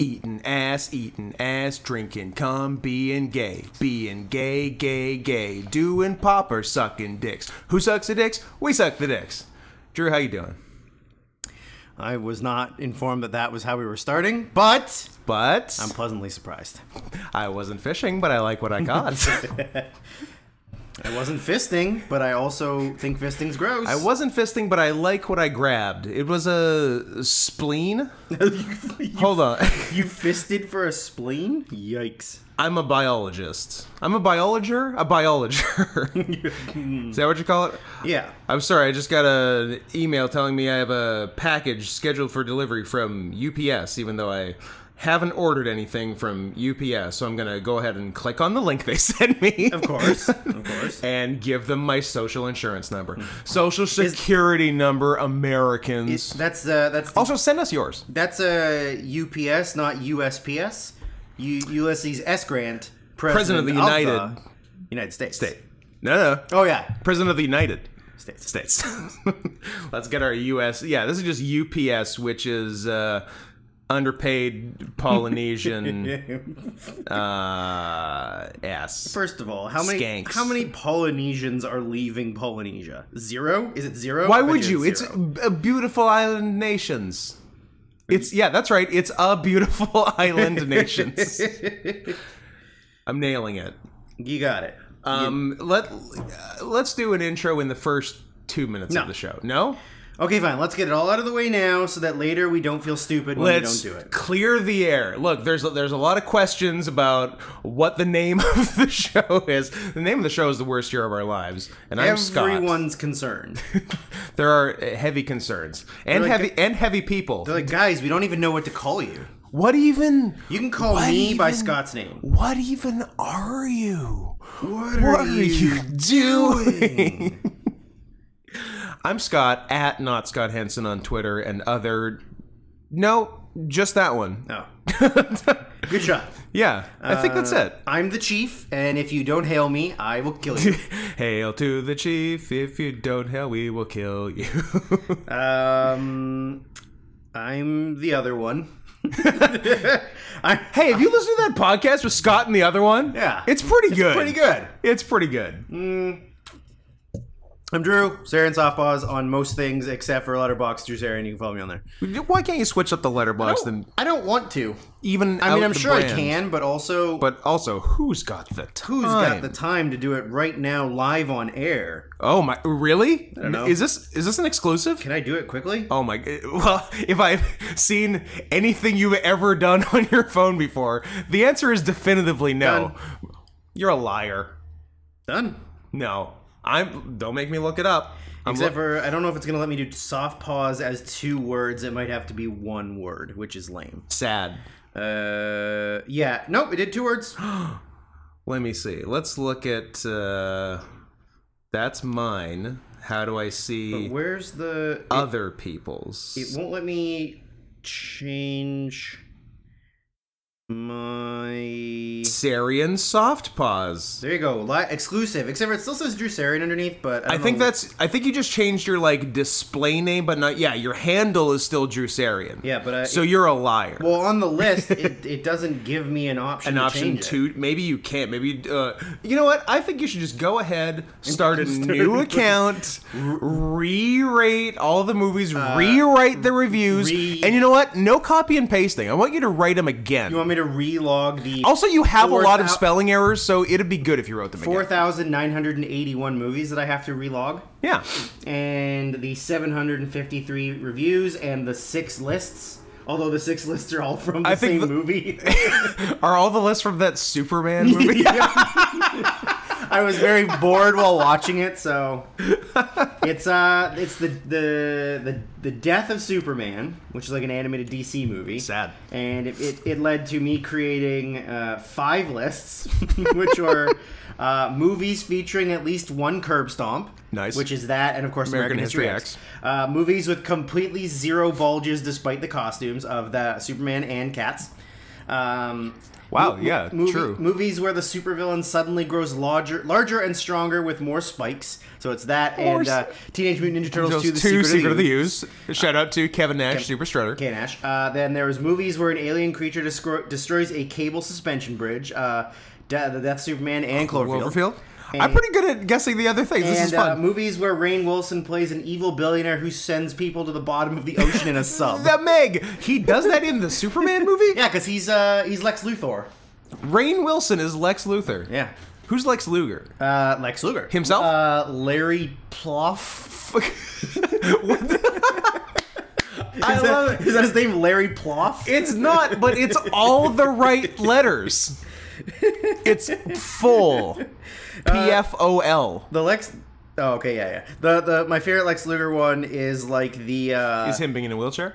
Eating ass, eating ass, drinking cum, being gay, being gay, gay, gay, doing popper, sucking dicks. Who sucks the dicks? We suck the dicks. Drew, how you doing? I was not informed that that was how we were starting, but But I'm pleasantly surprised. I wasn't fishing, but I like what I got. I wasn't fisting, but I also think fisting's gross. I wasn't fisting, but I like what I grabbed. It was a spleen. Hold on. You fisted for a spleen? Yikes. I'm a biologist. I'm a biologer? A biologer. Is that what you call it? Yeah. I'm sorry, I just got an email telling me I have a package scheduled for delivery from UPS, even though I haven't ordered anything from UPS. So I'm going to go ahead and click on the link they sent me. Of course. Of course. And give them my social insurance number. Social security number, Americans. That's uh that's also, send us yours. that's uh, a UPS, not USPS. U- Ulysses S. Grant, President of the United- United States. No, no. Oh yeah. President of the United States. States. Let's get our U.S. Yeah, this is just UPS, which is uh, underpaid Polynesian uh, ass. First of all, how many Skanks. how many Polynesians are leaving Polynesia? Zero? Is it zero? I Why bet would you you? It's zero. a beautiful island nations. It's yeah, that's right. It's a beautiful island nations. I'm nailing it. you got it. Um, let uh, let's do an intro in the first two minutes No. of the show. No, Okay, fine. Let's get it all out of the way now, so that later we don't feel stupid when Let's we don't do it. clear the air. Look, there's a, there's a lot of questions about what the name of the show is. The name of the show is the worst year of our lives, and I'm Scott. Everyone's concerned. There are uh, heavy concerns and They're like- heavy and heavy people. They're like, guys, we don't even know what to call you. What even? You can call what me by even- Scott's name. What even are you? What, are you doing? I'm Scott at not Scott Henson on Twitter and other. No, just that one. Oh, good shot. yeah, I think that's it. I'm the chief, and if you don't hail me, I will kill you. Hail to the chief! If you don't hail, we will kill you. um, I'm the other one. I'm hey, have you listened to that podcast with Scott and the other one? Yeah. it's pretty good. pretty good. It's pretty good. I'm Drew. Sarah and Softpaws on most things except for Letterbox. Drew Sarah, and you can follow me on there. Why can't you switch up the letterbox? Then I don't want to. even I mean, out I'm the sure I brand? can, but also, But also, who's got the time? who's got the time to do it right now, live on air? oh my, really? know. Is this is this an exclusive? Can I do it quickly? Oh my! Well, if I've seen anything you've ever done on your phone before, the answer is definitively no. You're a liar. Done. No, I'm. Don't make me look it up. I'm Except lo- for, I don't know if it's gonna let me do soft pause as two words. It might have to be one word, which is lame. sad. Uh, yeah. Nope, it did two words. Let me see. Let's look at. Uh, that's mine. How do I see Where's the? It, other people's? it won't let me change my. Sarian soft paws. There you go. Li- exclusive. Except for it still says Drew Sarian underneath, but I, I don't think know- that's. I think you just changed your like display name, but not. Yeah, your handle is still Drusarian. Yeah, but I, So you're a liar. well on the list it, it doesn't give me an option. an to option change it. two. Maybe you can't. Maybe uh, you know what? I think you should just go ahead, start a new account, re-rate all the movies, rewrite the reviews, Uh, re- and you know what? No copy and pasting. I want you to write them again. You want me to relog the also, you have a four lot of thou- spelling errors, so it'd be good if you wrote them four again. thousand nine hundred and eighty-one movies that I have to relog, Yeah, and the seven hundred and fifty-three reviews and the six lists. Although the six lists are all from the I think same the- movie. are all the lists from that Superman movie? I was very bored while watching it, so it's uh it's the the the, the death of Superman, which is like an animated DC movie. Sad. And it, it, it led to me creating uh, five lists, which are uh, movies featuring at least one curb stomp. Nice. Which is that, and of course, American, American History, History X. Uh, movies with completely zero bulges despite the costumes of the Superman and Cats. Um, Wow, mo- yeah, movie- true. Movies where the supervillain suddenly grows larger, larger and stronger with more spikes. So it's that More and uh, Teenage Mutant Ninja Turtles Those 2: The two Secret, Secret of the Ooze. Ooze. Shout out to Kevin Nash, Super Strutter. Okay, Nash. Uh, then there was movies where an alien creature descro- destroys a cable suspension bridge. Uh, De- the Death Superman and Cloverfield. Cloverfield. I'm And- pretty good at guessing the other things. This is And uh, fun. movies where Rain Wilson plays an evil billionaire who sends people to the bottom of the ocean in a sub. the Meg. He does that in the Superman movie. yeah, because he's uh, he's Lex Luthor. Rain Wilson is Lex Luthor. Yeah. Who's Lex Luger? Uh, Lex Luger Himself? Uh, Larry Ploff. Fuck. What the- I Is that- love it. Is that his name, Larry Ploff? It's not, but it's all the right letters. It's full. Uh, P F O L. the Lex. Oh, okay, yeah, yeah. The the my favorite Lex Luger one is like the uh, Is him being in a wheelchair?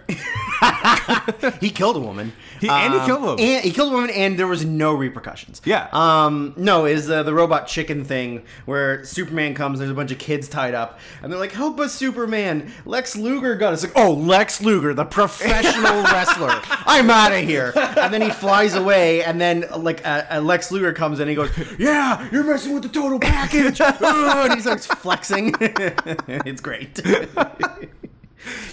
he killed a woman. He- Um, and he killed a woman. And he killed a woman, and there was no repercussions. Yeah. Um. No, is the the robot chicken thing where Superman comes? There's a bunch of kids tied up, and they're like, "Help us, Superman! Lex Luger got us." Like, oh, Lex Luger, the professional wrestler. I'm out of here. And then he flies away, and then like uh, uh, Lex Luger comes in, and he goes, "Yeah, you're messing with the total package," Ugh, and he starts flexing. it's great.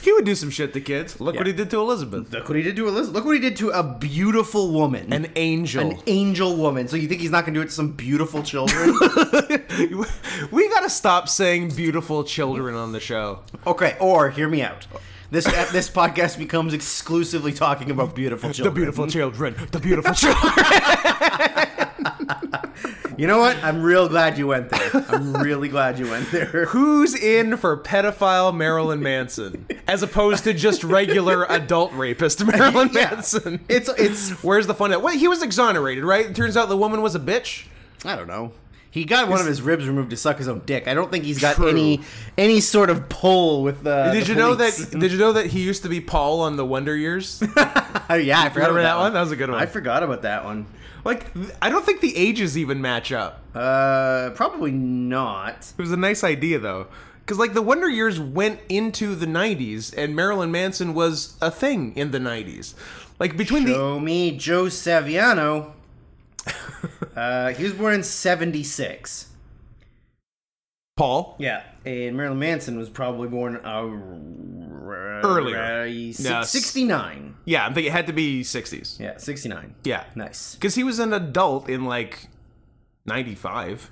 He would do some shit to kids. Look what he did to Elizabeth. Look what he did to Elizabeth. Look what he did to a beautiful woman. An angel. an angel woman. So you think he's not going to do it to some beautiful children? we gotta stop saying beautiful children on the show. okay, or hear me out. This this podcast becomes exclusively talking about beautiful The children. beautiful children. The beautiful children. You know what? I'm real glad you went there. I'm really glad you went there. Who's in for pedophile Marilyn Manson as opposed to just regular adult rapist Marilyn Yeah. Manson? It's it's Where's the fun? At? Wait, he was exonerated, right? It turns out the woman was a bitch. I don't know. He got one of his ribs removed to suck his own dick. I don't think he's got True. any any sort of pull with the. Did the you know police. that? Did you know that he used to be Paul on the Wonder Years? Oh yeah, I forgot Remember about that one? That was a good one. I forgot about that one. Like, th- I don't think the ages even match up. Uh, probably not. It was a nice idea though, because like the Wonder Years went into the '90s, and Marilyn Manson was a thing in the '90s. Like between the Show me Joe Saviano. uh, he was born in 76. Paul, Yeah. And Marilyn Manson was probably born uh, Earlier. uh, si- No, s- 69. yeah, I think it had to be '60s. Yeah, 69. Yeah, Nice. because he was an adult in like '95.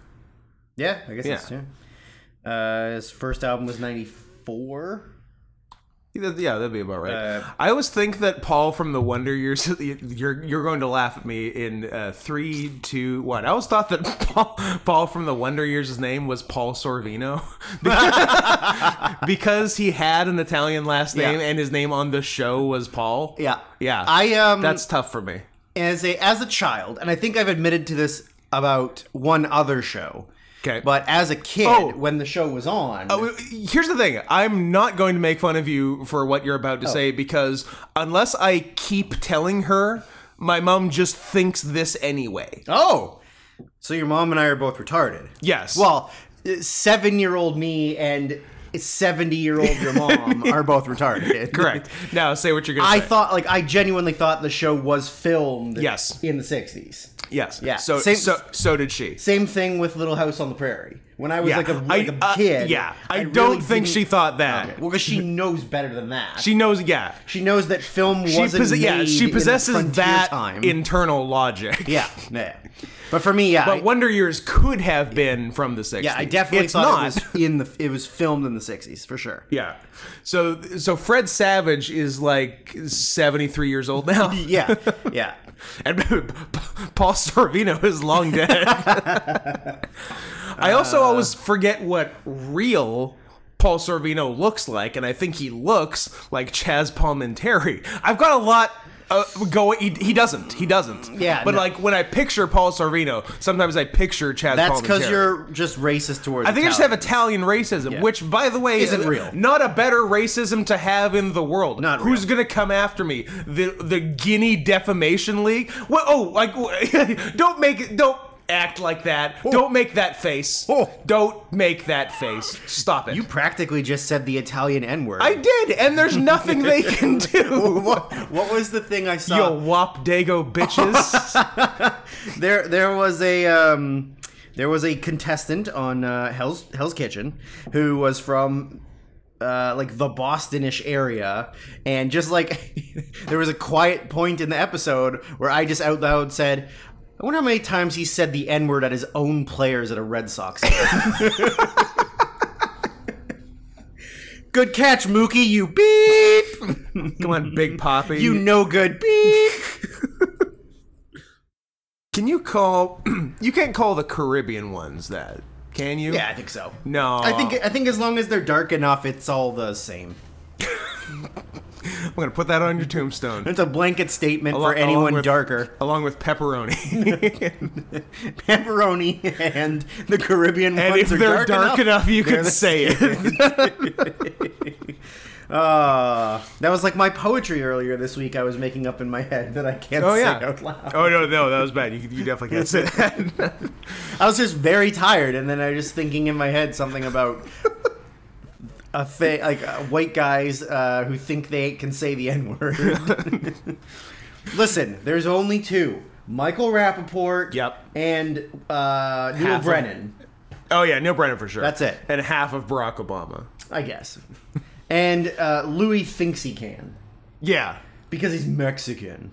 Yeah, I guess Yeah. that's true. Uh, his first album was 94. Yeah, that'd be about right. Uh, I always think that Paul from the Wonder Years. You're you're going to laugh at me in uh, three, two, one. I always thought that Paul Paul from the Wonder Years' name was Paul Sorvino because he had an Italian last Yeah. name and his name on the show was Paul. Yeah. yeah. I um that's tough for me. as a as a child, and I think I've admitted to this about one other show. 'Kay. But as a kid, Oh. when the show was on, Uh, Here's the thing. I'm not going to make fun of you for what you're about to Oh. say because unless I keep telling her, my mom just thinks this anyway. Oh, so your mom and I are both retarded. Yes. Well, seven-year-old me and seventy-year-old your mom are both retarded. Correct. Now say what you're gonna I say. thought, like, I genuinely thought the show was filmed. Yes. In the '60s. yes. Yeah. So Same- so so did she. Same thing with Little House on the Prairie. When I was Yeah. like a, I- like a uh, kid. yeah. I really don't think didn't- she thought that. Okay. Well, because she knows better than that. She knows. Yeah. she knows that film She wasn't posse- yeah. made She in the possesses frontier that time. internal logic. yeah, yeah. But for me, yeah, I- But Wonder Years could have been from the 60s. yeah, I definitely it's thought not. it was in the it was filmed in the '60s for sure. yeah. So so Fred Savage is like 73 years old now. Yeah, yeah. And Paul Sorvino is long dead. I Uh. also always forget what real Paul Sorvino looks like, and I think he looks like Chaz Palminteri. I've got a lot. Uh, going, he, he doesn't. He doesn't. Yeah, But no. like when I picture Paul Sorvino, sometimes I picture Chaz. That's Palminteri. because you're just racist towards. I think I just have Italian racism, which, by the way, Isn't is real. Not a better racism to have in the world. Not Who's real. gonna come after me? The the Guinea Defamation League? What? Oh, like don't make it. Don't act like that. Don't make that face. Oh. Don't make that face. Stop it. You practically just said the Italian N word. I did, and there's nothing they can do. What, what was the thing I saw? Yo, wop dago bitches. there there was a um, there was a contestant on uh, Hell's Hell's Kitchen who was from uh, like the Bostonish area, and just like there was a quiet point in the episode where I just out loud said. I wonder how many times he said the N word at his own players at a Red Sox. game." good catch, Mookie. You beep. Come on, Big Poppy. you no good beep. can you call? you can't call the Caribbean ones that, can you? Yeah, I think so. No. I think I think as long as they're dark enough, it's all the same. I'm gonna put that on your tombstone, It's a blanket statement Along- for anyone along with- darker. along with pepperoni. Pepperoni and the Caribbean and ones if are they're dark, enough, you they're can the say it. Ah, that was like my poetry earlier this week. I was making up in my head that I can't Oh say yeah. out loud. Oh no, no, that was bad. You, you definitely can't say that. I was just very tired, and then I was just thinking in my head something about. A thing like uh, white guys uh, who think they can say the N word. Listen, there's only two: Michael Rappaport, Yep. and uh, Half Neil of- Brennan. oh yeah, Neil Brennan for sure. That's it. And half of Barack Obama. I guess. And uh, Louis thinks he can Yeah. because he's Mexican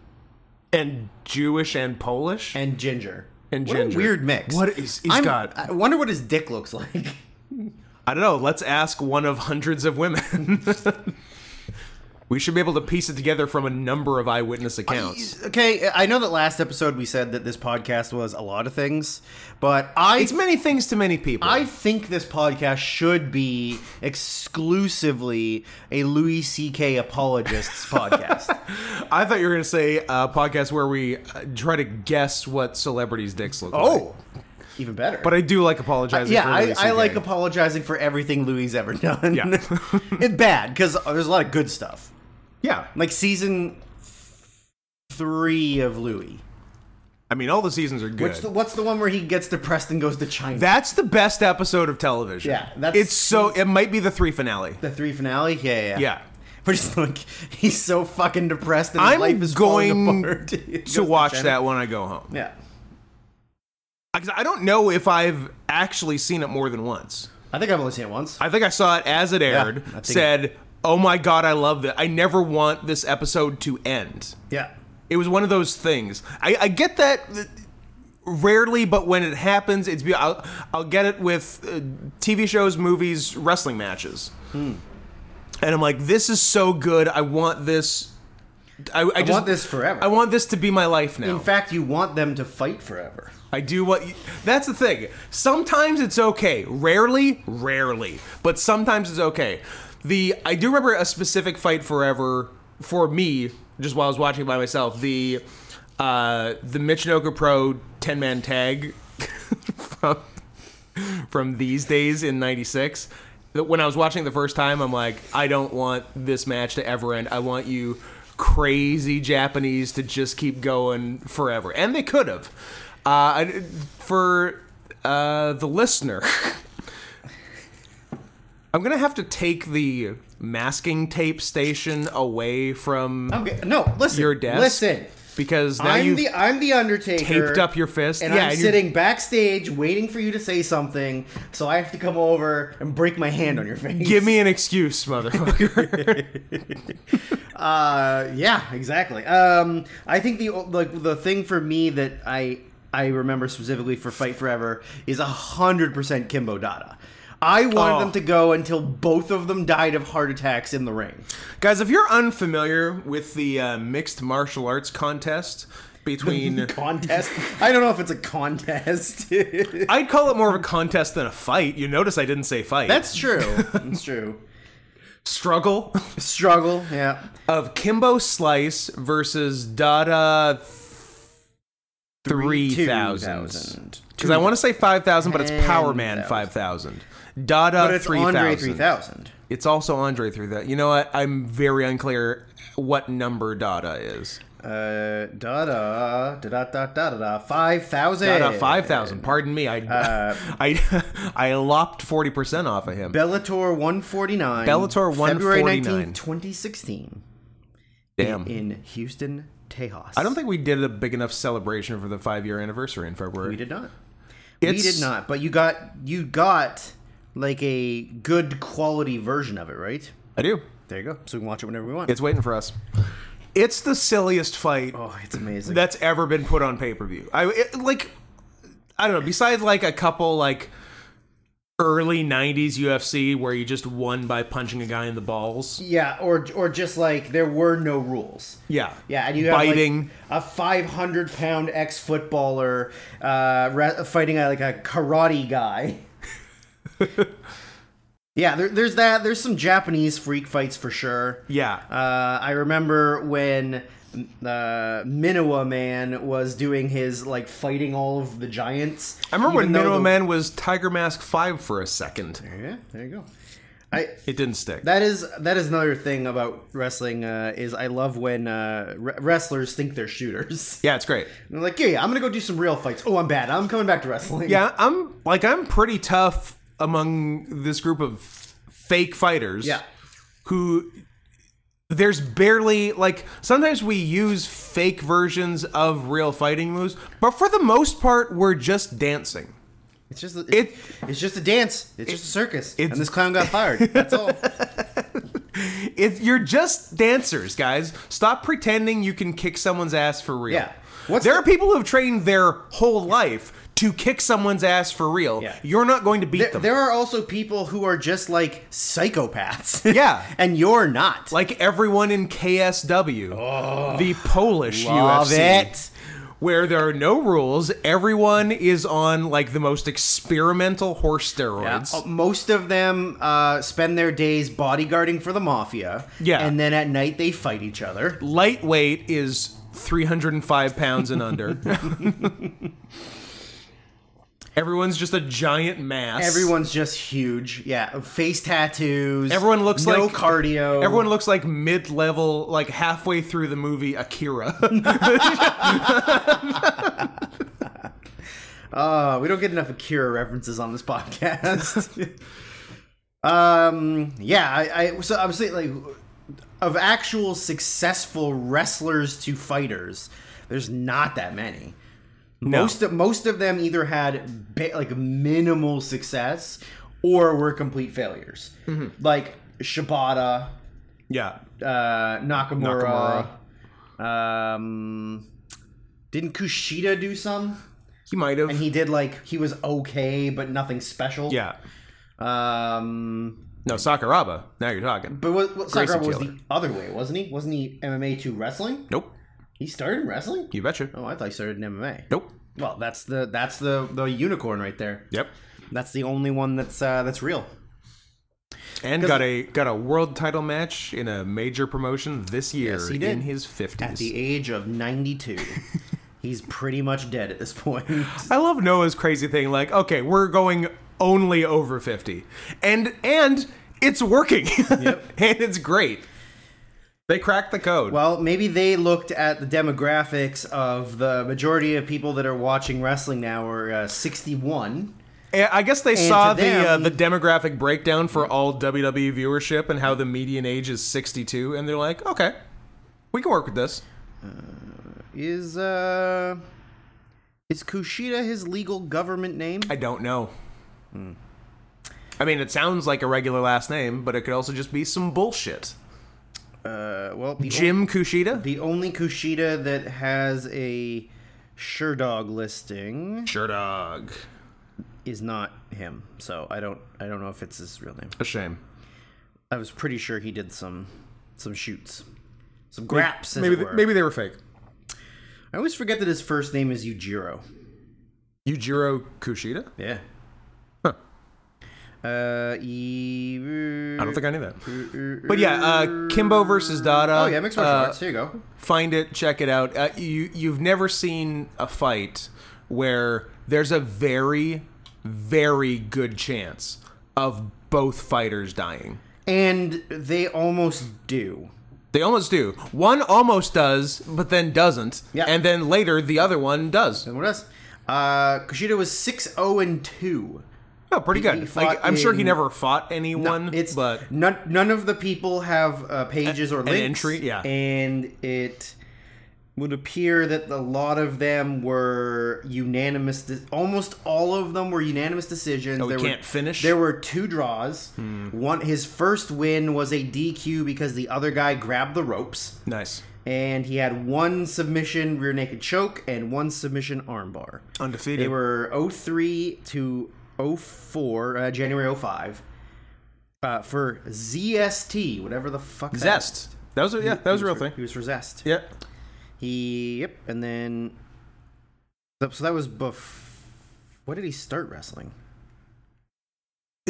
And Jewish and Polish. and ginger. And what ginger. a weird mix. What is- he's I'm- got- I wonder what his dick looks like. I don't know. Let's ask one of hundreds of women. we should be able to piece it together from a number of eyewitness accounts. okay, I know that last episode we said that this podcast was a lot of things, but I It's many things to many people. I think this podcast should be exclusively a Louis C.K. apologists podcast. I thought you were going to say a podcast where we uh, try to guess what celebrities' dicks look like. Oh, even better. But I do like apologizing yeah, for I, Louis I CK. like apologizing for everything Louis ever done. Yeah. it's bad because there's a lot of good stuff. Yeah. Like season three of Louis. I mean, all the seasons are good. Which the, what's the one where he gets depressed and goes to China? That's the best episode of television. Yeah, that's- it's so. It might be the three finale. the three finale. Yeah, yeah. Yeah. We're just like he's so fucking depressed and his I'm life is going falling apart. He goes to watch China. that when I go home. Yeah. 'Cause I don't know if I've actually seen it more than once. I think I've only seen it once. I think I saw it as it aired. I think- said, "Oh my god, I love that! I never want this episode to end." yeah. It was one of those things. I, I get that th- rarely, but when it happens, it's be- I'll, I'll get it with uh, TV shows, movies, wrestling matches, and I'm like, this is so good. I want this. I, I, just, want this forever. I want this to be my life now. In fact, you want them to fight forever. I do what. You, that's the thing. Sometimes it's okay. Rarely, rarely, but sometimes it's okay. The I do remember a specific fight forever for me, just while I was watching it by myself. The uh, the Michinoku Pro ten man tag from from these days in '96. When I was watching it the first time, I'm like, I don't want this match to ever end. I want you crazy Japanese to just keep going forever, and they could have. Uh, I- for uh, the listener, I'm gonna have to take the masking tape station away from I'm g- no, listen. your desk. Listen. because now I'm you the I'm the Undertaker. taped up your fist. and yeah, I'm and you're- sitting backstage waiting for you to say something, so I have to come over and break my hand on your face. Give me an excuse, motherfucker. Uh, yeah, exactly. Um, I think the like the thing for me that I I remember specifically for Fight Forever is hundred percent Kimbo Dada. I wanted Oh. them to go until both of them died of heart attacks in the ring. Guys, if you're unfamiliar with the uh, mixed martial arts contest between. Contest. I don't know if it's a contest. I'd call it more of a contest than a fight. You notice I didn't say fight. That's true. That's true. struggle Struggle. Yeah. of Kimbo Slice versus Dada 3000. 2000. Because I want to say 5000, but it's Power Man 10,000. 5000. Dada But it's Andre 3000. 3000. It's also Andre 3000. You know what? I'm very unclear what number Dada is. Uh, da da da da da da da. Five thousand. Out of five thousand. Pardon me. I Uh, I I lopped forty percent off of him. Bellator one forty nine. Bellator February 149. twenty sixteen. Damn. In Houston, Tejas. I don't think we did a big enough celebration for the five year anniversary in February. We did not. It's- We did not. But you got you got like a good quality version of it, right? I do. There you go. So we can watch it whenever we want. It's waiting for us. It's the silliest fight oh, it's amazing. that's ever been put on pay per view. I it, like, I don't know. Besides like a couple like early '90s UFC where you just won by punching a guy in the balls. yeah, or or just like there were no rules. Yeah. Yeah, and you have biting. like, a 500 pound ex footballer uh, re- fighting a, like a karate guy. yeah, there, there's that. There's some Japanese freak fights for sure. yeah. Uh, I remember when uh, Minowa Man was doing his like fighting all of the giants. I remember when even though Minnow the- Man was Tiger Mask Five for a second. Yeah, there you go. I It didn't stick. That is that is another thing about wrestling uh, is I love when uh, re- wrestlers think they're shooters. yeah, it's great. And they're like, yeah, yeah, I'm gonna go do some real fights. Oh, I'm bad. I'm coming back to wrestling. Yeah, I'm like I'm pretty tough among this group of fake fighters. Yeah. Who there's barely like sometimes we use fake versions of real fighting moves, but for the most part we're just dancing. it's just it, It- It's just a dance. It's just a circus. it's- and this clown got fired. That's all. If you're just dancers, guys, stop pretending you can kick someone's ass for real. Yeah. What's there the- are people who have trained their whole life to kick someone's ass for real. Yeah. You're not going to beat them. there are also people who are just like psychopaths. Yeah. and you're not. like everyone in KSW, the Polish Oh, love UFC, it. where there are no rules. Everyone is on like the most experimental horse steroids. Uh, Most of them uh, spend their days bodyguarding for the mafia. Yeah. And then at night they fight each other. Lightweight is 305 pounds and under. Everyone's just a giant mass. Everyone's just huge. Yeah, face tattoos. Everyone looks no like cardio. Everyone looks like mid-level, like halfway through the movie Akira. Uh, we don't get enough Akira references on this podcast. um, yeah, I, I so I'm saying like of actual successful wrestlers to fighters, there's not that many. Most of, most of them either had ba- like minimal success or were complete failures. Like Shibata, yeah, uh, Nakamura. Um, didn't Kushida do some? he might have. And he did like he was okay, but nothing special. yeah, Um, no Sakuraba. Now you're talking. but what, what Gracie Sakuraba was Taylor. the other way, wasn't he? Wasn't he MMA to wrestling? Nope. He started in wrestling. You betcha. Oh, I thought he started in MMA. Nope. Well, that's the that's the the unicorn right there. Yep. That's the only one that's uh, that's real. And got a got a world title match in a major promotion this year Yes, he did. in his At the fifties. age of ninety two, he's pretty much dead at this point. I love Noah's crazy thing. Like, okay, we're going only over fifty, and and it's working, and it's great. They cracked the code. Well, maybe they looked at the demographics of the majority of people that are watching wrestling now are uh, 61. And I guess they saw to the uh, them- the demographic breakdown for all WWE viewership and how the median age is sixty two, and they're like, okay, we can work with this. Is uh is Kushida his legal government name? I don't know. I mean, it sounds like a regular last name, but it could also just be some bullshit. Uh, well, the, on- Jim Kushida? the only Kushida that has a sure dog listing Sure dog. is not him. So I don't I don't know if it's his real name. A shame. I was pretty sure he did some some shoots. Some graps, as Maybe it they, were. maybe they were fake. I always forget that his first name is Yujiro. Yujiro Kushida? Yeah. Huh. Uh, e- I don't think I knew that. But yeah, uh, Kimbo versus Dada. Uh, Oh yeah, mixed martial arts. Here you go. Find it, check it out. Uh, you you've never seen a fight where there's a very, very good chance of both fighters dying. And they almost do. They almost do. One almost does, but then doesn't. Yeah. And then later, the other one does. And what else? Uh, Kushida was six zero and two. Oh, pretty He- he good. fought Like, I'm sure he in- never fought anyone. It's but none. None of the people have uh, pages or an links. entry, yeah. and it would appear that a lot of them were unanimous. De- almost all of them were unanimous decisions. Oh, we there were, can't finish? Hmm. There were two draws. One, his first win was a DQ because the other guy grabbed the ropes, nice, and he had one submission rear naked choke and one submission armbar. undefeated. They were 03 to 04, uh, January 05, uh, for ZST, whatever the fuck. that is. zest. That was a, yeah. That was a real thing. He was for Zest. Yeah. He, yep, and then. So that was buff. What did he start wrestling?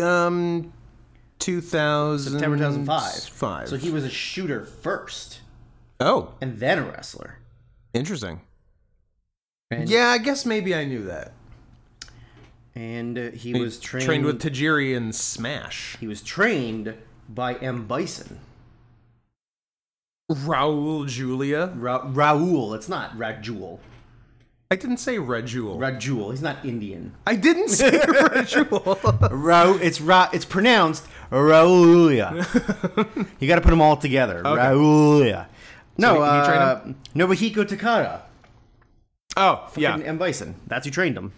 Um, 2000 September 2005. Mm, Five. So he was a shooter first, oh, and then a wrestler. interesting. And, Yeah, I guess maybe I knew that. And uh, he, was trained, Trained with Tajiri and Smash. He was trained by M. Bison. Raul Julia. Ra- Raul. It's not Rajul. I didn't say Rajul. Rajul. He's not Indian. I didn't say Rajul. Ra- it's Ra- it's pronounced Raulia. you got to put them all together. Raulia. No, So he- he uh, trained Nobuhiko Takada oh, and yeah. M. Bison. That's who trained him.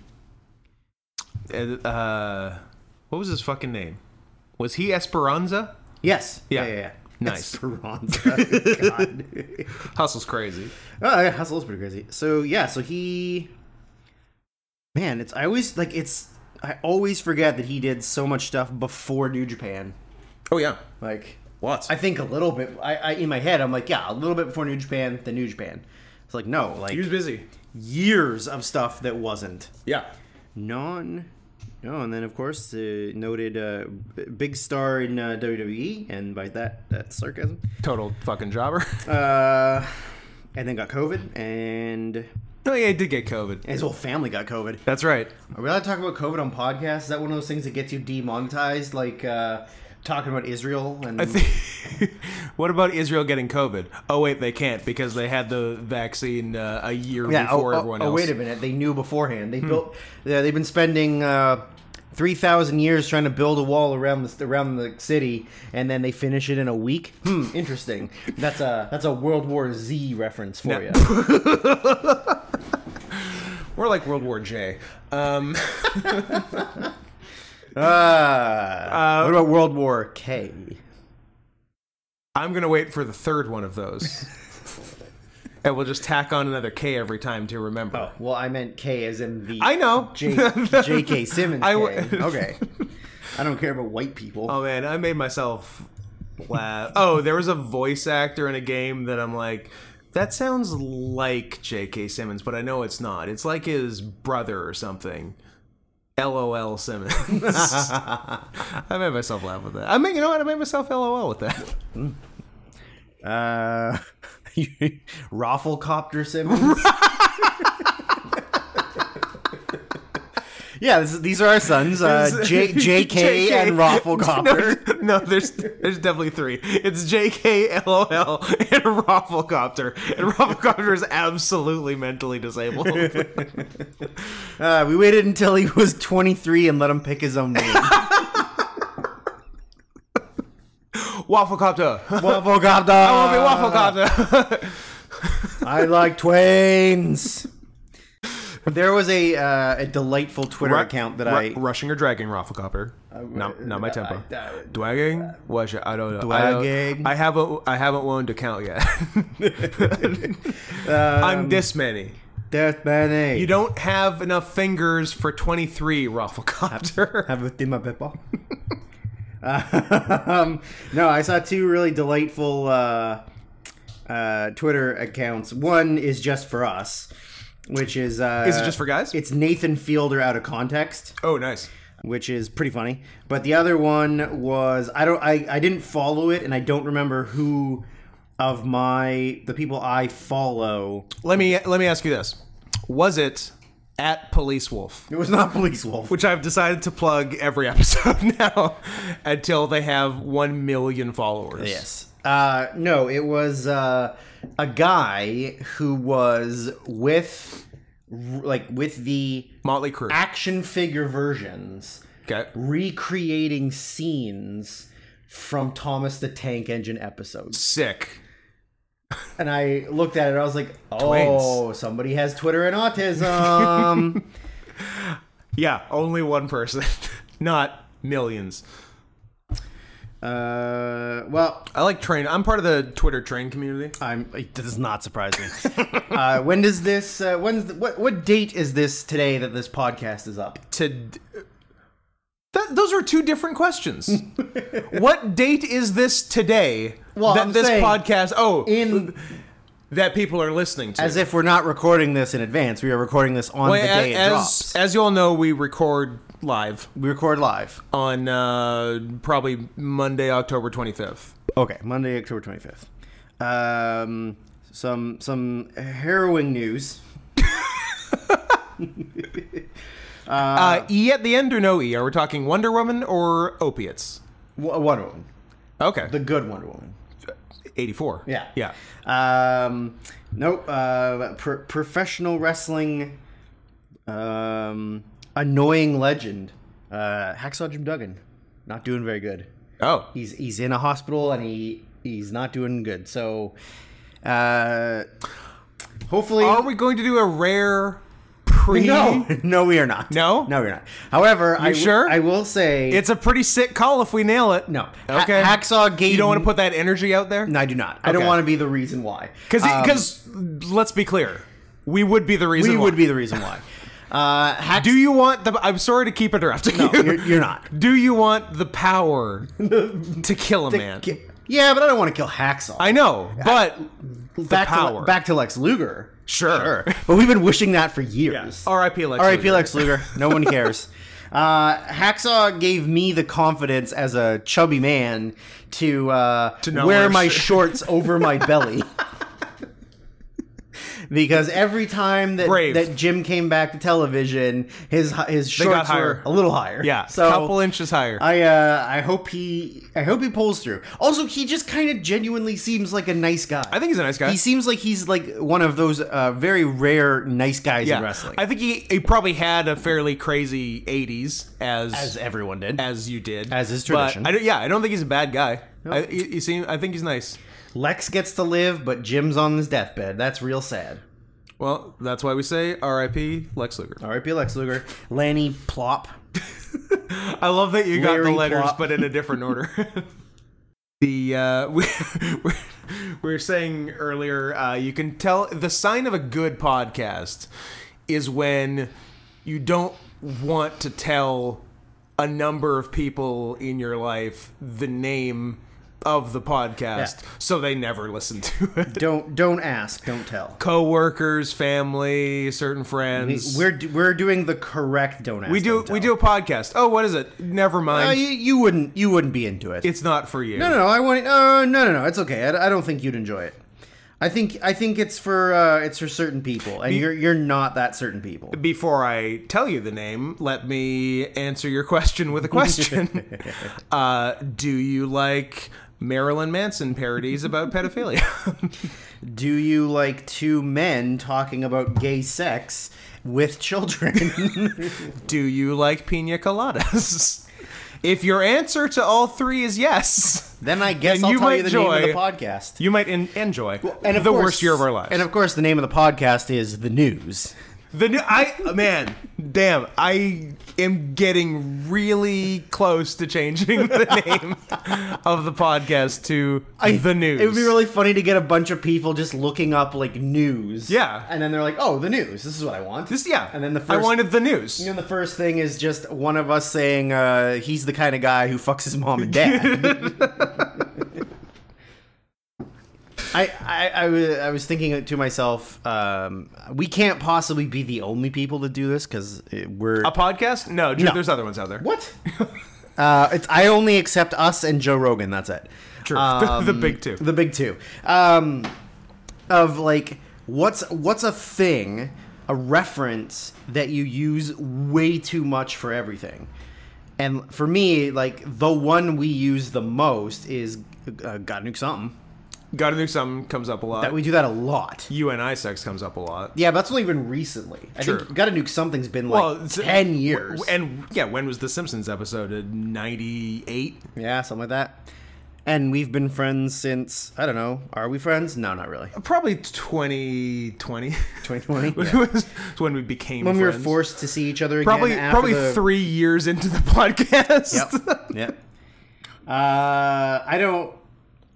Uh, what was his fucking name? Was he Esperanza? Yes. Yeah. Yeah. yeah, yeah. Nice. Esperanza. God. Hustle's crazy. oh, yeah, Hustle is pretty crazy. So yeah, so he. Man, it's I always like it's I always forget that he did so much stuff before New Japan. Oh, yeah. Like Lots. I think a little bit. I, I in my head, I'm like, yeah, a little bit before New Japan, then New Japan. It's like no, like he was busy. years of stuff that wasn't Yeah. non. Oh, and then of course the noted uh, b- big star in uh, WWE, and by that that's sarcasm. Total fucking jobber. Uh, and then got COVID, and oh, yeah, he did get COVID. his whole family got COVID. That's right. Are we allowed to talk about COVID on podcasts? Is that one of those things that gets you demonetized, like uh, talking about Israel? And I think. what about Israel getting COVID? Oh wait, they can't because they had the vaccine uh, a year yeah, oh, before oh, everyone oh, else. Hmm. wait a minute, they knew beforehand. They built. Yeah, they've been spending. Uh, Three thousand years trying to build a wall around the around the city, and then they finish it in a week. Hmm, interesting. That's a that's a World War Z reference for you. We're like World War J. Um, Uh, Ah. Uh, what about World War K? I'm gonna wait for the third one of those, and we'll just tack on another K every time to remember. Oh, Well, I meant K as in the I know. J, J.K. Simmons. I I w- okay. I don't care about white people. Oh man, I made myself laugh. oh, there was a voice actor in a game that I'm like, that sounds like J.K. Simmons, but I know it's not. It's like his brother or something. LOL Simmons. I made myself laugh with that. I mean, you know what? I made myself LOL with that. Uh, Rafflecopter Simmons. yeah, this is, these are our sons, uh, J, JK, and Rafflecopter. No, no, there's there's definitely three. It's JK, LOL, and Rafflecopter. And Rafflecopter is absolutely mentally disabled. Uh, we waited until he was 23 and let him pick his own name. Wafflecopter. Wafflecopter. I Uh, want to be Wafflecopter. I like twins. There was a uh, a delightful Twitter Ru- account that ru- I Uh, rushing or dragging Rafflecopter. not not my tempo. I- I- Dwagging? uh, What? I don't know. I don't- Dwagging. I, haven't I haven't won to count yet. Um, I'm this many. Death Manny. You don't have enough fingers for 23 Rafflecopter. Have a Dima Peppa. um, no, I saw two really delightful uh, uh, Twitter accounts. One is just for us, which is uh, Is it just for guys? It's Nathan Fielder out of context, oh, nice. which is pretty funny. But the other one was I don't I, I didn't follow it, and I don't remember who of my the people I follow. Let me let me ask you this: Was it at Police Wolf, It was not Police Wolf. which I've decided to plug every episode now until they have one million followers. Yes. Uh, no, it was uh, a guy who was with, like, with the Motley Crue. action figure versions, okay. recreating scenes from Thomas the Tank Engine episodes. Sick. And I looked at it, I was like, oh, somebody has Twitter and autism. Yeah, only one person, not millions. uh, well, I like train. I'm part of the Twitter train community. I'm. It does not surprise me. uh, when does this? Uh, when's the, what? What date is this today that this podcast is up? To Th- those are two different questions. what date is this today Well, that I'm this saying podcast? Oh, In that people are listening to. as if we're not recording this in advance, we are recording this on Well, the day a- it as drops. as you all know, we record live we record live. on uh, probably Monday, October 25th. Okay, Monday, October twenty fifth. Um, some some harrowing news. Uh, e at the end or no e? Are we talking Wonder Woman or opiates? W- uh, Wonder Woman, Okay, the good Wonder Woman. 84. Yeah. yeah. Um, nope. Uh, pr- professional wrestling, um, annoying legend, uh, Hacksaw Jim Duggan, not doing very good. Oh, He's he's in a hospital and he he's not doing good. So, uh, hopefully, are we going to do a rare pre? no, no, we are not. No? no, we're not. However, I w- sure? I will say It's a pretty sick call if we nail it. no. Ha- Okay. Hacksaw gave you don't want me- to put that energy out there? No, I do not. I don't Okay. want to be the reason why. Because Um, let's be clear, we would be the reason. we why. would be the reason why. Uh, Hack- Do you want the? I'm sorry to keep interrupting you. you're, you're not. Do you want the power to kill a man? Ki- Yeah, but I don't want to kill Hacksaw. I know, but back power. To, back to Lex Luger. Sure. But we've been wishing that for years. R.I.P. Lex. R.I.P. Luger. Lex Luger. No one cares. Uh, Hacksaw gave me the confidence as a chubby man to, uh, not wear wear my shir- shorts over my belly. Because every time that, Brave. that Jim came back to television, his his got shorts were higher. a little higher. Yeah, so couple inches higher. I uh, I hope he I hope he pulls through. Also, he just kind of genuinely seems like a nice guy. I think he's a nice guy. He seems like he's like one of those uh, very rare nice guys yeah, in wrestling, I think he, he probably had a fairly crazy '80s as as as, everyone did. you did As is But tradition. I don't, yeah, I don't think he's a bad guy. I, he, he seem, I think he's nice. Lex gets to live, but Jim's on his deathbed. That's real sad. Well, that's why we say R.I.P. Lex Luger. R.I.P. Lex Luger, Lanny Plop. I love that you got Larry the letters, Plop. but in a different order. the uh, we, we we were saying earlier, uh, you can tell the sign of a good podcast is when you don't want to tell a number of people in your life the name of the podcast, so they never listen to it. Don't don't ask, don't tell. Coworkers, family, certain friends. We're do- we're doing the correct don't ask. we do we do a podcast. Oh, what is it? Never mind. you, you wouldn't you wouldn't be into it. it's not for you. No, no, no. I want. Uh, no, no, no. It's okay. I, I don't think you'd enjoy it. I think I think it's for uh, it's for certain people, and you're you're not that certain people. before I tell you the name, let me answer your question with a question. uh, do you like Marilyn Manson parodies about pedophilia? Do you like two men talking about gay sex with children? do you like pina coladas? if your answer to all three is yes, then I guess Then I'll you tell you the might name of the enjoy- podcast. you might en- enjoy And of the course- worst year of our lives. And of course, the name of the podcast is the news. the new, I man, damn, I am getting really close to changing the name of the podcast to the news. It would be really funny to get a bunch of people just looking up like news. Yeah. and then they're like, "Oh, the news. This is what I want." This- yeah, And then the I first- wanted the news. And the first thing is just one of us saying uh, he's the kind of guy who fucks his mom and dad. I, I, I, wa- I was thinking to myself, um, we can't possibly be the only people to do this because we're. A podcast? No, dude, No. there's other ones out there. What? uh, it's I only accept us and Joe Rogan. That's it. True. Um, the big two. The big two. Um, of like what's what's a thing a reference that you use way too much for everything. And for me, like the one we use the most is uh, "Gotta Nuke Something." Gotta do something comes up a lot. That we do that a lot. you and I sex comes up a lot. Yeah, but that's only been recently. I Sure. think "Gotta Nuke Something's" been like it's- uh, ten years. And yeah, when was the Simpsons episode? Ninety eight. yeah, something like that. And we've been friends since I don't know. Are we friends? No, not really. Probably twenty twenty. 2020. was Yeah. when we became When we were friends. forced to see each other again. Probably after probably the- three years into the podcast. Yep. yep. Uh, I don't.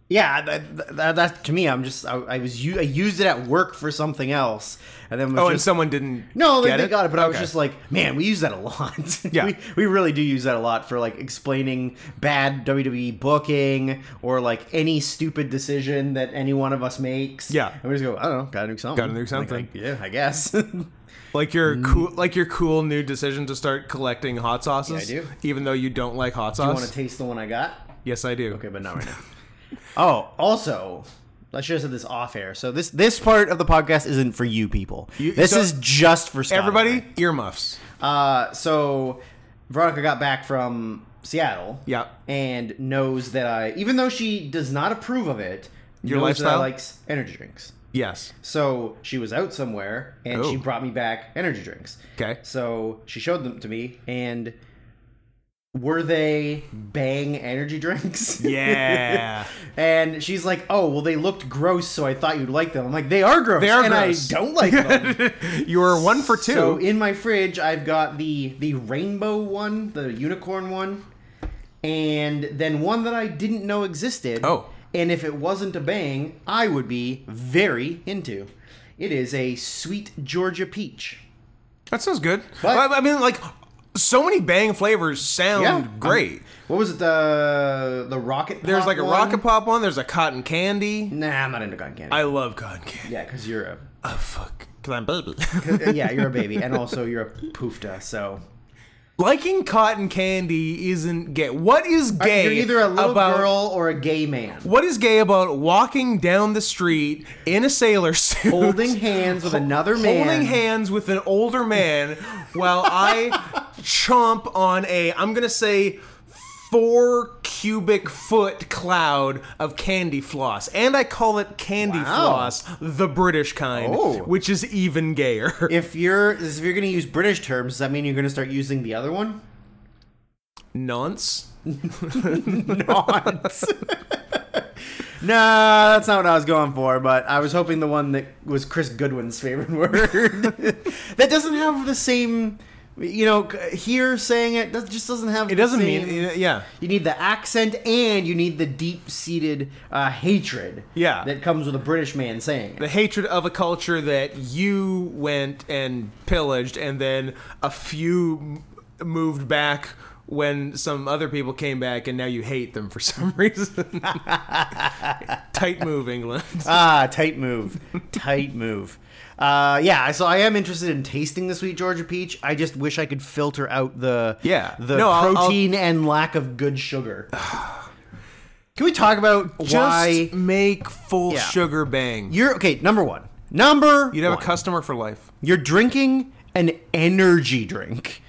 Yeah, that, that, that to me, I'm just I, I was u- I used it at work for something else, and then was Oh, and just, someone didn't. no, they, get they it? got it, but I was Okay. just like, man, we use that a lot. Yeah. we, we really do use that a lot for like explaining bad WWE booking or like any stupid decision that any one of us makes. Yeah. and we just go, I don't know, gotta do something, Gotta do Like, something. I- yeah, I guess. like your cool, like your cool new decision to start collecting hot sauces. mm. Yeah, I do. Even though you don't like hot you sauce. want to taste the one I got? yes, I do. Okay, but not right now. oh, also, I should have said this off air. So this this part of the podcast isn't for you people. You- this so- is just for Scott Everybody, earmuffs. and I. Uh, so Veronica got back from Seattle. Yeah. And knows that I, even though she does not approve of it, Your knows that I lifestyle? likes energy drinks. Yes. So she was out somewhere and Oh. she brought me back energy drinks. Okay. So she showed them to me and were they bang energy drinks? Yeah. And she's like, "Oh, well, they looked gross, so I thought you'd like them." I'm like, "They are gross, They are and gross. I don't like them." you were one for two. So in my fridge, I've got the the rainbow one, the unicorn one, and then one that I didn't know existed. Oh. and if it wasn't a bang, I would be very into. It is a sweet Georgia peach. that sounds good. But- I, I mean, like, so many bang flavors sound great. I'm- what was it? The the rocket. Pop there's like a one? rocket pop one. There's a cotton candy. Nah, I'm not into cotton candy. I love cotton candy. yeah, because you're a Oh fuck, because I'm baby. yeah you're a baby, and also you're a poofta. So Liking cotton candy isn't gay. What is gay? You're either a little about, girl or a gay man. What is gay about walking down the street in a sailor suit, Holding hands with another man. holding hands with an older man, while I chomp on a I'm gonna say four cubic foot cloud of candy floss, and I call it candy Wow. floss, the British kind, Oh. which is even gayer. If you're if you're gonna use British terms, does that mean you're gonna start using the other one? Nonce. Not. Nah, that's not what I was going for, but I was hoping the one that was Chris Goodwin's favorite word. that doesn't have the same, you know, c- here saying it that just doesn't have. It doesn't mean yeah. You need the accent and you need the deep seated uh, hatred Yeah. that comes with a British man saying it. the hatred of a culture that you went and pillaged and then a few m- moved back when some other people came back and now you hate them for some reason tight move england Ah, tight move. tight move. Uh, yeah, so I am interested in tasting the sweet Georgia peach. I just wish I could filter out the Yeah. the No, I'll- protein and lack of good sugar. Can we talk about why just make full Yeah. sugar bang you're okay? Number one, number you'd have one. a customer for life You're drinking an energy drink.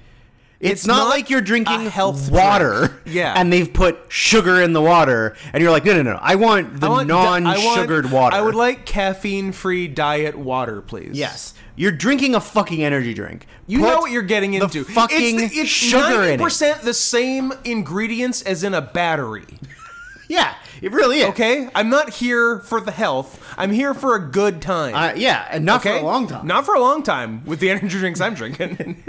It's, not, not like you're drinking a health water, drink. Yeah. and they've put sugar in the water, and you're like, no, no, no, I want the I want- I want- non-sugared water. i would like caffeine free diet water please Yes, you're drinking a fucking energy drink. You know what you're getting the into. It's fucking the- it's sugar in it. percent the same ingredients as in a battery. Yeah, it really is. Okay, I'm not here for the health. I'm here for a good time. Uh, yeah, and not okay, for a long time. Not for a long time with the energy drinks I'm drinking.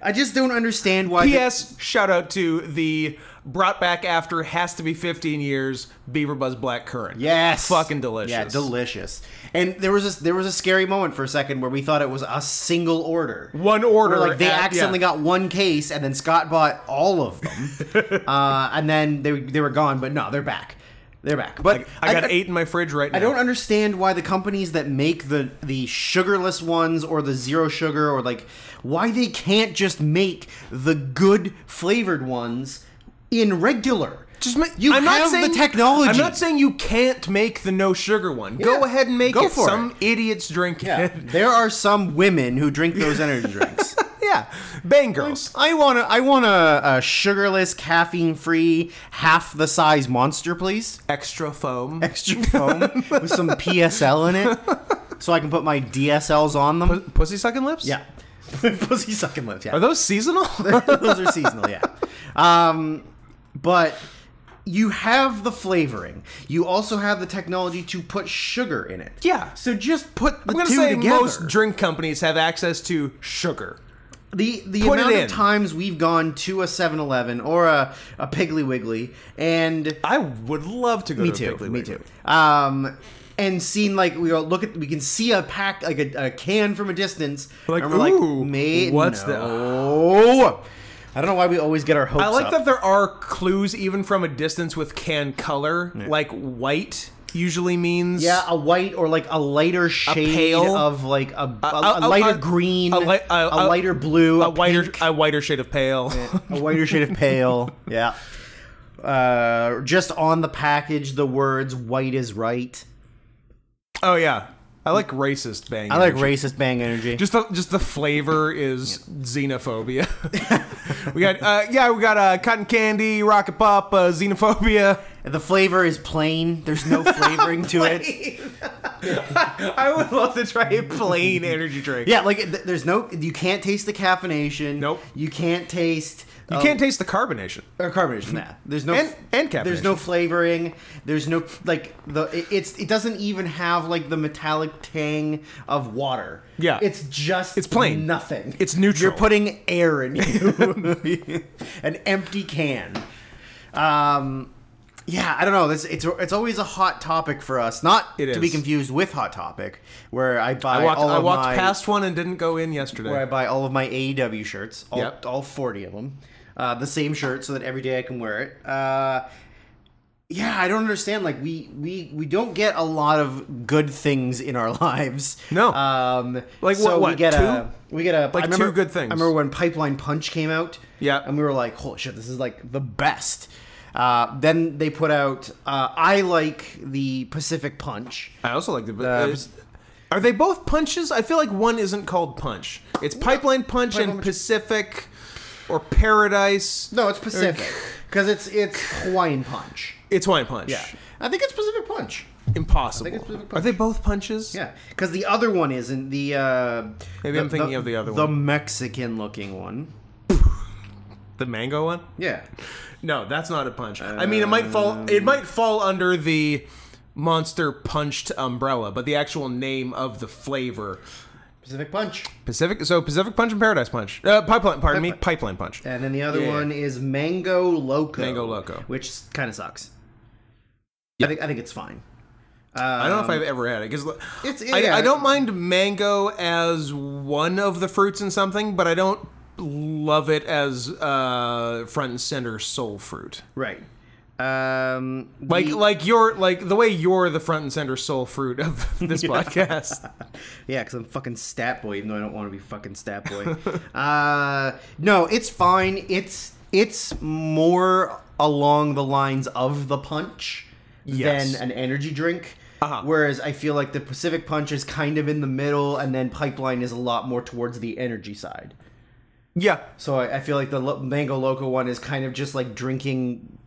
I just don't understand why. the- P.S. Shout out to the brought back after has to be 15 years Beaver Buzz Black Currant. Yes, fucking delicious. Yeah, delicious. And there was a, there was a scary moment for a second where we thought it was a single order. One order, Where, like they at- accidentally yeah. got one case, and then Scott bought all of them, uh, and then they they were gone. But no, they're back. They're back. But I got eight in my fridge right now. I don't understand why the companies that make the the sugarless ones or the zero sugar or like why they can't just make the good flavored ones in regular. Just make, You I'm not have the saying, technology. I'm not saying you can't make the no sugar one. Go Yeah. ahead and make Go it. for Some idiots drink Yeah. it. there are some women who drink those energy drinks. yeah, bang girls. I want to. I want a, a sugarless, caffeine-free, half the size monster, please. Extra foam. Extra foam with some PSL in it, so I can put my DSLs on them. Pussy sucking lips. Yeah, pussy sucking lips. Yeah, Are those seasonal? those are seasonal, yeah. Um, but you have the flavoring. You also have the technology to put sugar in it. Yeah. So just put the I'm gonna two say together. most drink companies have access to sugar. the the put it amount in. of times we've gone to a 7-Eleven or a, a Piggly Wiggly and I would love to go me to a too, Piggly me Wiggly. too. Um, and seen like we all look at we can see a pack like a, a can from a distance. Like, and "Ooh, "Mate, what's that?" no." I don't know why we always get our hopes I like up. that there are clues even from a distance with can color, like white usually means Yeah, a white or like a lighter shade pale? of like a, a, a- a lighter a- green, a a, li- a- a- lighter blue, a, a whiter pink, a whiter shade of pale. a whiter shade of pale. Yeah. Uh, just on the package, the words "white is right." oh yeah, I like racist bang. I like racist bang energy. just the just the flavor is xenophobia. we got uh, yeah, we got uh, cotton candy, rocket pop, uh, xenophobia. the flavor is plain. There's no flavoring to it. I would love to try a plain energy drink. Yeah, like th- there's no. You can't taste the caffeination. Nope. You can't taste. You can't taste the carbonation. or carbonation. Nah, there's no And- and There's no flavoring. There's no like the it, it's it doesn't even have like the metallic tang of water. Yeah. it's just It's plain. nothing. It's neutral. You're putting air in you, an empty can. Um, yeah, I don't know. This it's it's always a hot topic for us. Not It to be is. confused with hot topic, where I buy I walked, all I of walked my past one and didn't go in where I yesterday. buy all of my AEW shirts, all, Yep. all 40 of them, uh, the same shirt so that every day I can wear it. Uh, yeah, I don't understand. Like we we we don't get a lot of good things in our lives. No. um, Like, so what- what, we get a we get a I two remember- good things. I remember when Pipeline Punch came out. Yeah. and we were like, holy shit, this is like the best. Uh, then they put out. Uh, I like the Pacific Punch. I also like the. is- are they both punches? I feel like one isn't called punch. It's pipeline punch and Pacific, or paradise. No, it's Pacific because it's it's Hawaiian Punch. It's wine punch. Yeah, I think it's Pacific Punch. impossible. I think it's Pacific Are they both punches? Yeah, because the other one isn't the. Uh, Maybe I'm thinking of the other the one. Mexican-looking one. The mango one? Yeah, No, that's not a punch. I mean, it might fall. It might fall under the monster punched umbrella, but the actual name of the flavor Pacific Punch, Pacific. So Pacific punch and Paradise punch. Uh, pipeline. Pardon me. Pipeline punch. and then the other Yeah. one is Mango Loco. Mango Loco. which kind of sucks. I think I think it's fine. Uh, I don't know if I've ever had it because Um, It's I, yeah. I don't mind mango as one of the fruits in something, but I don't love it as uh, front and center soul fruit. right. Um, Like the- like you're like the way you're the front and center soul fruit of this podcast. Yeah, because I'm fucking stat boy, even though I don't want to be fucking stat boy. uh, no, it's fine. It's it's more along the lines of the punch Yes. than an energy drink. Uh-huh. Whereas I feel like the Pacific Punch is kind of in the middle, and then Pipeline is a lot more towards the energy side. Yeah, So I, I feel like the lo- Mango Loco one is kind of just like drinking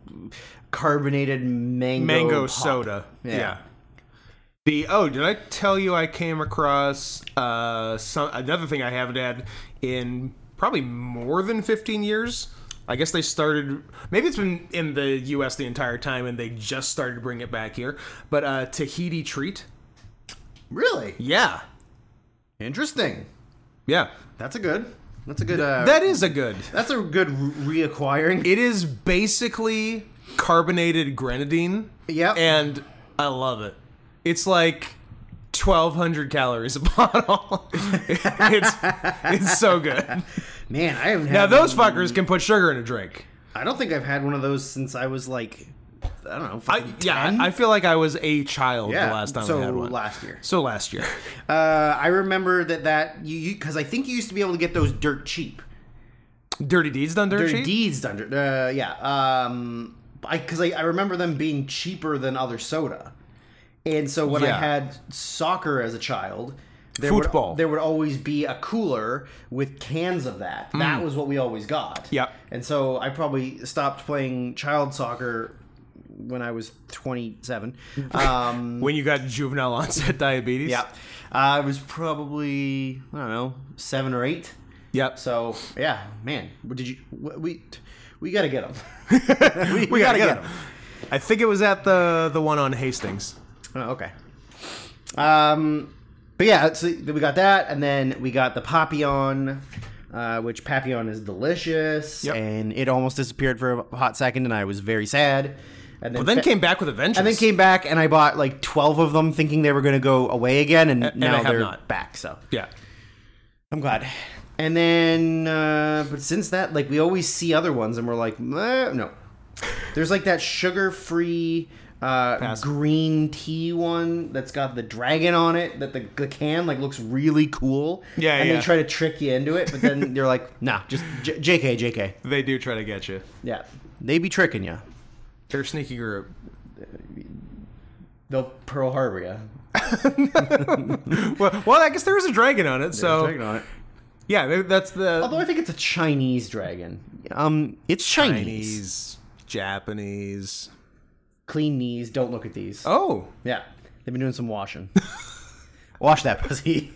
carbonated mango mango pop. soda. Yeah. Yeah. The oh, did I tell you I came across uh, some another thing I haven't had in probably more than fifteen years. I guess they started. Maybe it's been in the U.S. the entire time, and they just started to bring it back here. But uh, Tahiti treat. Really Yeah, interesting. yeah, That's a good. That's a good. Uh, that is a good. That's a good re- reacquiring. It is basically carbonated grenadine. Yep. And I love it. It's like 1200 calories a bottle. it's it's so good. Man, I haven't. Had Now those One. fuckers can put sugar in a drink. I don't think I've had one of those since I was like, I don't know. I, fucking Uh, yeah, 10? I, I feel like I was a child Yeah, the last time so I had one. last year. So last year. Uh, I remember that that you because I think you used to be able to get those dirt cheap. Dirty Deeds done dirt Dirty cheap? deeds under. Uh, yeah. Um, I because I, I remember them being cheaper than other soda, and so when I Yeah. had soccer as a child. There Football. Would, there would always be a cooler with cans of that. That was what we always got. Hmm. Yep. And so I probably stopped playing child soccer when I was 27. Um, When you got juvenile onset diabetes. yeah. I was probably, I don't know, seven or eight. Yep. So yeah, man, what did you? wh- We we gotta get them. we, we gotta, get 'em. I think it was at the the one on Hastings. Oh, okay. Um, but yeah, so we got that, and then we got the Papillon, uh, which Papillon is delicious, Yep. and it almost disappeared for a hot second, and I was very sad. And then, But then fa- came back with a vengeance. and then came back, and I bought like twelve of them, thinking they were gonna go away again, and, and now they have they're not. back. So Yeah. I'm glad. And then, uh, but since that, like, we always see other ones, and we're like, "Meh, no. There's like that sugar-free uh, Pass. green tea one that's got the dragon on it. That the, the can like looks really cool. Yeah, And yeah. they try to trick you into it, but then you're like, nah, just J- Jk, Jk. They do try to get you. Yeah, they be tricking you. They're a sneaky group. They'll Pearl Harbor ya. Well, well, I guess there is a dragon on it, so Dragon on it. yeah, maybe that's the Although I think it's a Chinese dragon. Um, it's Chinese. Chinese, Japanese. Clean knees. Don't look at these. Oh, Yeah, they've been doing some washing. Wash that pussy.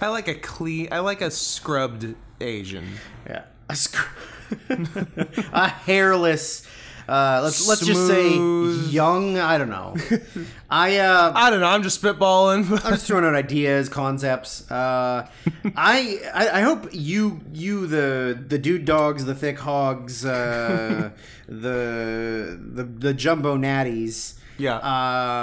I like a clean. I like a scrubbed Asian. yeah, a, scr- a hairless. Uh, let's let's just say Smooth. young. I don't know. I uh, I don't know. I'm just spitballing. I'm just throwing out ideas, concepts. Uh, I, I I hope you you the the dude dogs, the thick hogs, uh, the the the jumbo natties. Yeah.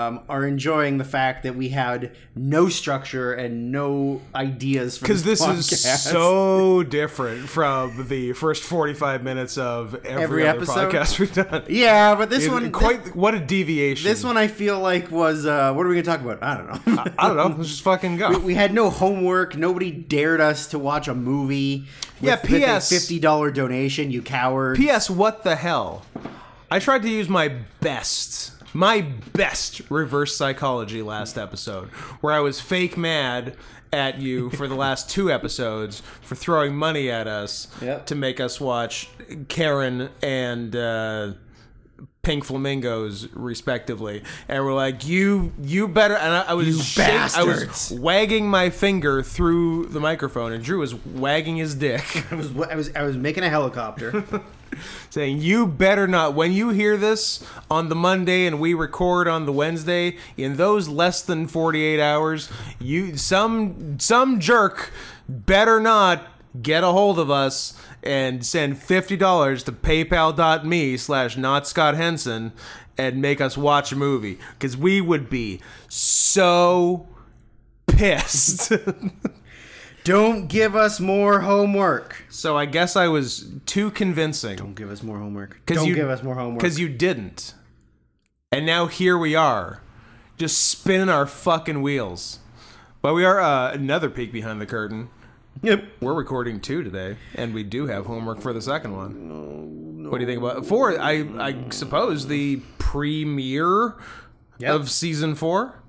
um, are enjoying the fact that we had no structure and no ideas for Because this podcast. is so different from the first 45 minutes of every, Every other episode? podcast we've done. yeah, but this It- one quite what a deviation. This one I feel like was uh, what are we gonna talk about? I don't know. I don't know. Let's just fucking go. We had no homework. Nobody dared us to watch a movie. with- Yeah, with a PS. fifty dollar donation. You coward. P.S. What the hell? I tried to use my best, my best reverse psychology last episode, where I was fake mad at you for the last two episodes for throwing money at us Yep. to make us watch Karen and. Uh, Pink flamingos, respectively, and we're like, "You, you better." And I, I was, shak- I was bastards. wagging my finger through the microphone, and Drew was wagging his dick. I was I was I was making a helicopter. saying you better not when you hear this on the monday and we record on the wednesday in those less than 48 hours you some some jerk better not get a hold of us and send $50 to paypal.me slash not scott henson and make us watch a movie because we would be so pissed Don't give us more homework. so i guess i was too convincing Don't give us more homework. 'Cause Don't you- give us more homework. Because you didn't. And now here we are, just spinning our fucking wheels. But we are uh, another peek behind the curtain. Yep. We're recording two today, and we do have homework for the second one. What do you think about four? I I suppose the premiere Yep. of season four,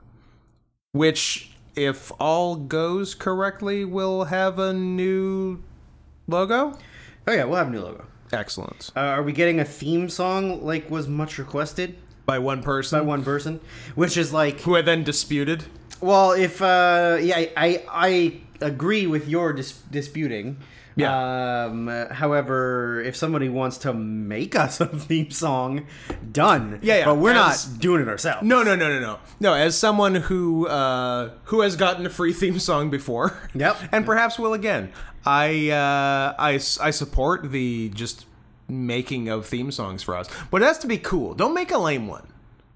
which, if all goes correctly, will have a new logo. Oh yeah, we'll have a new logo. Excellent Uh, are we getting a theme song like was much requested by one person by one person, which is like who I then disputed. Well, if uh, yeah, I, I I agree with your dis- disputing. Yeah. Um, uh, however, if somebody wants to make us a theme song, done. Yeah, yeah, But we're as- not doing it ourselves. No, no, no, no, no. No, as someone who uh, who has gotten a free theme song before, Yep. and perhaps will again, I uh, I s- I support the just making of theme songs for us, but it has to be cool. Don't make a lame one.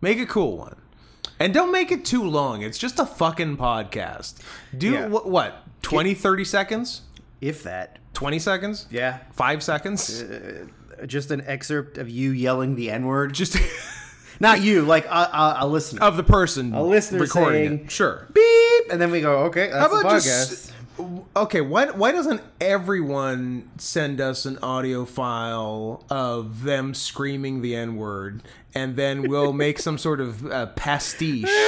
Make a cool one, and don't make it too long. It's just a fucking podcast. Do Yeah. wh- what 20, 30 seconds, If that, twenty seconds, yeah, five seconds, just an excerpt of you yelling the N word. just Not you, like a, a, a listener. of the person listener recording saying- it. Sure. Beep, and then we go. Okay, that's How about the podcast. just Okay, why why doesn't everyone send us an audio file of them screaming the N word, and then we'll make some sort of uh, pastiche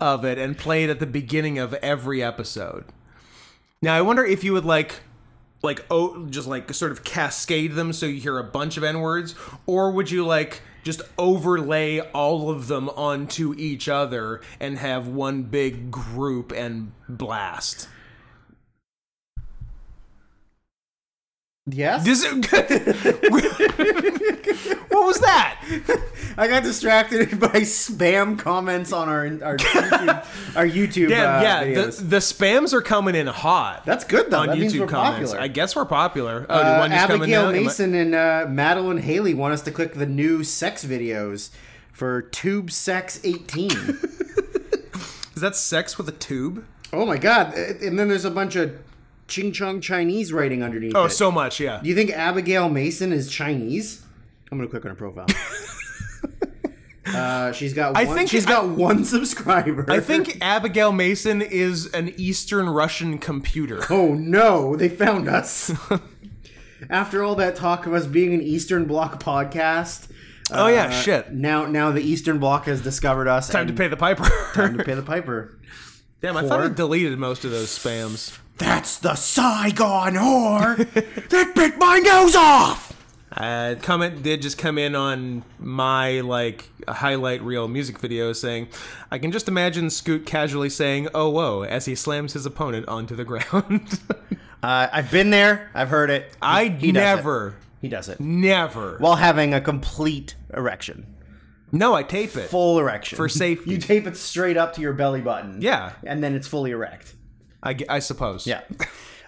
of it and play it at the beginning of every episode? Now, I wonder if you would like like oh just like sort of cascade them so you hear a bunch of n words or would you like just overlay all of them onto each other and have one big group and blast Yes. Does it- what was that I got distracted by spam comments on our our YouTube, our YouTube damn uh, yeah videos. the, the spams are coming in hot That's good though. on that youtube means we're comments popular. i guess we're popular oh Uh, did one just come in Abigail now? Am I- Mason and uh, Madeline Haley want us to click the new sex videos for Tube Sex 18. is that sex with a tube oh my god! And then there's a bunch of Ching Chong Chinese writing underneath. oh it. so much yeah Do you think Abigail Mason is Chinese? I'm gonna click on her profile. uh, she's got. I One, think- she's got one subscriber. I think Abigail Mason is an Eastern Russian computer. Oh no! They found us. After all that talk of us being an Eastern Bloc podcast. Oh, yeah, shit. Now, now the Eastern Bloc has discovered us. Time to pay the piper. Time to pay the piper. Damn, I thought I deleted most of those spams. That's the Saigon whore that bit my nose off. Uh, comment did just come in on my like highlight reel music video saying, "I can just imagine Scoot casually saying oh whoa' as he slams his opponent onto the ground." Uh, I've been there. I've heard it. I does it. never, He does it never. while having a complete erection, no, I tape it. full erection For safety. You tape it straight up to your belly button. Yeah. and then it's fully erect. I, gu- I suppose. Yeah.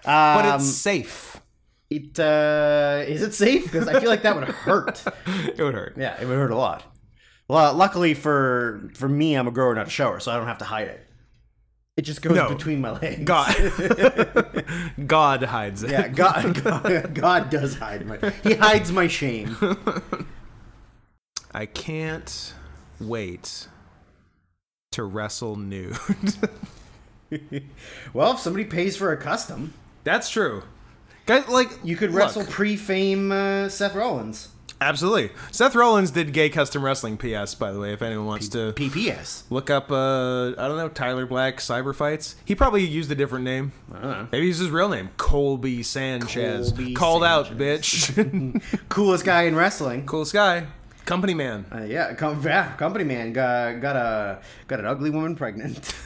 but Um, it's safe. It uh, is it safe? Because I feel like that would hurt. It would hurt. Yeah, it would hurt a lot. Well, luckily for for me, I'm a grower, not a shower, so I don't have to hide it. It just goes No. between my legs. God, God hides it. Yeah, God, God, God does hide my. He hides my shame. I can't wait to wrestle nude. Well, if somebody pays for a custom, That's true. Guys, like you could look, wrestle pre-fame uh, Seth Rollins. absolutely. Seth Rollins did gay custom wrestling. P.S. By the way, if anyone wants to PPS. look up, uh, I don't know, Tyler Black cyber fights. He probably used a different name. I don't know. Maybe he's his real name, Colby Sanchez. Colby Called out, bitch. Coolest guy in wrestling. Coolest guy, company man. Uh, yeah, com- yeah, company man got got a got an ugly woman pregnant.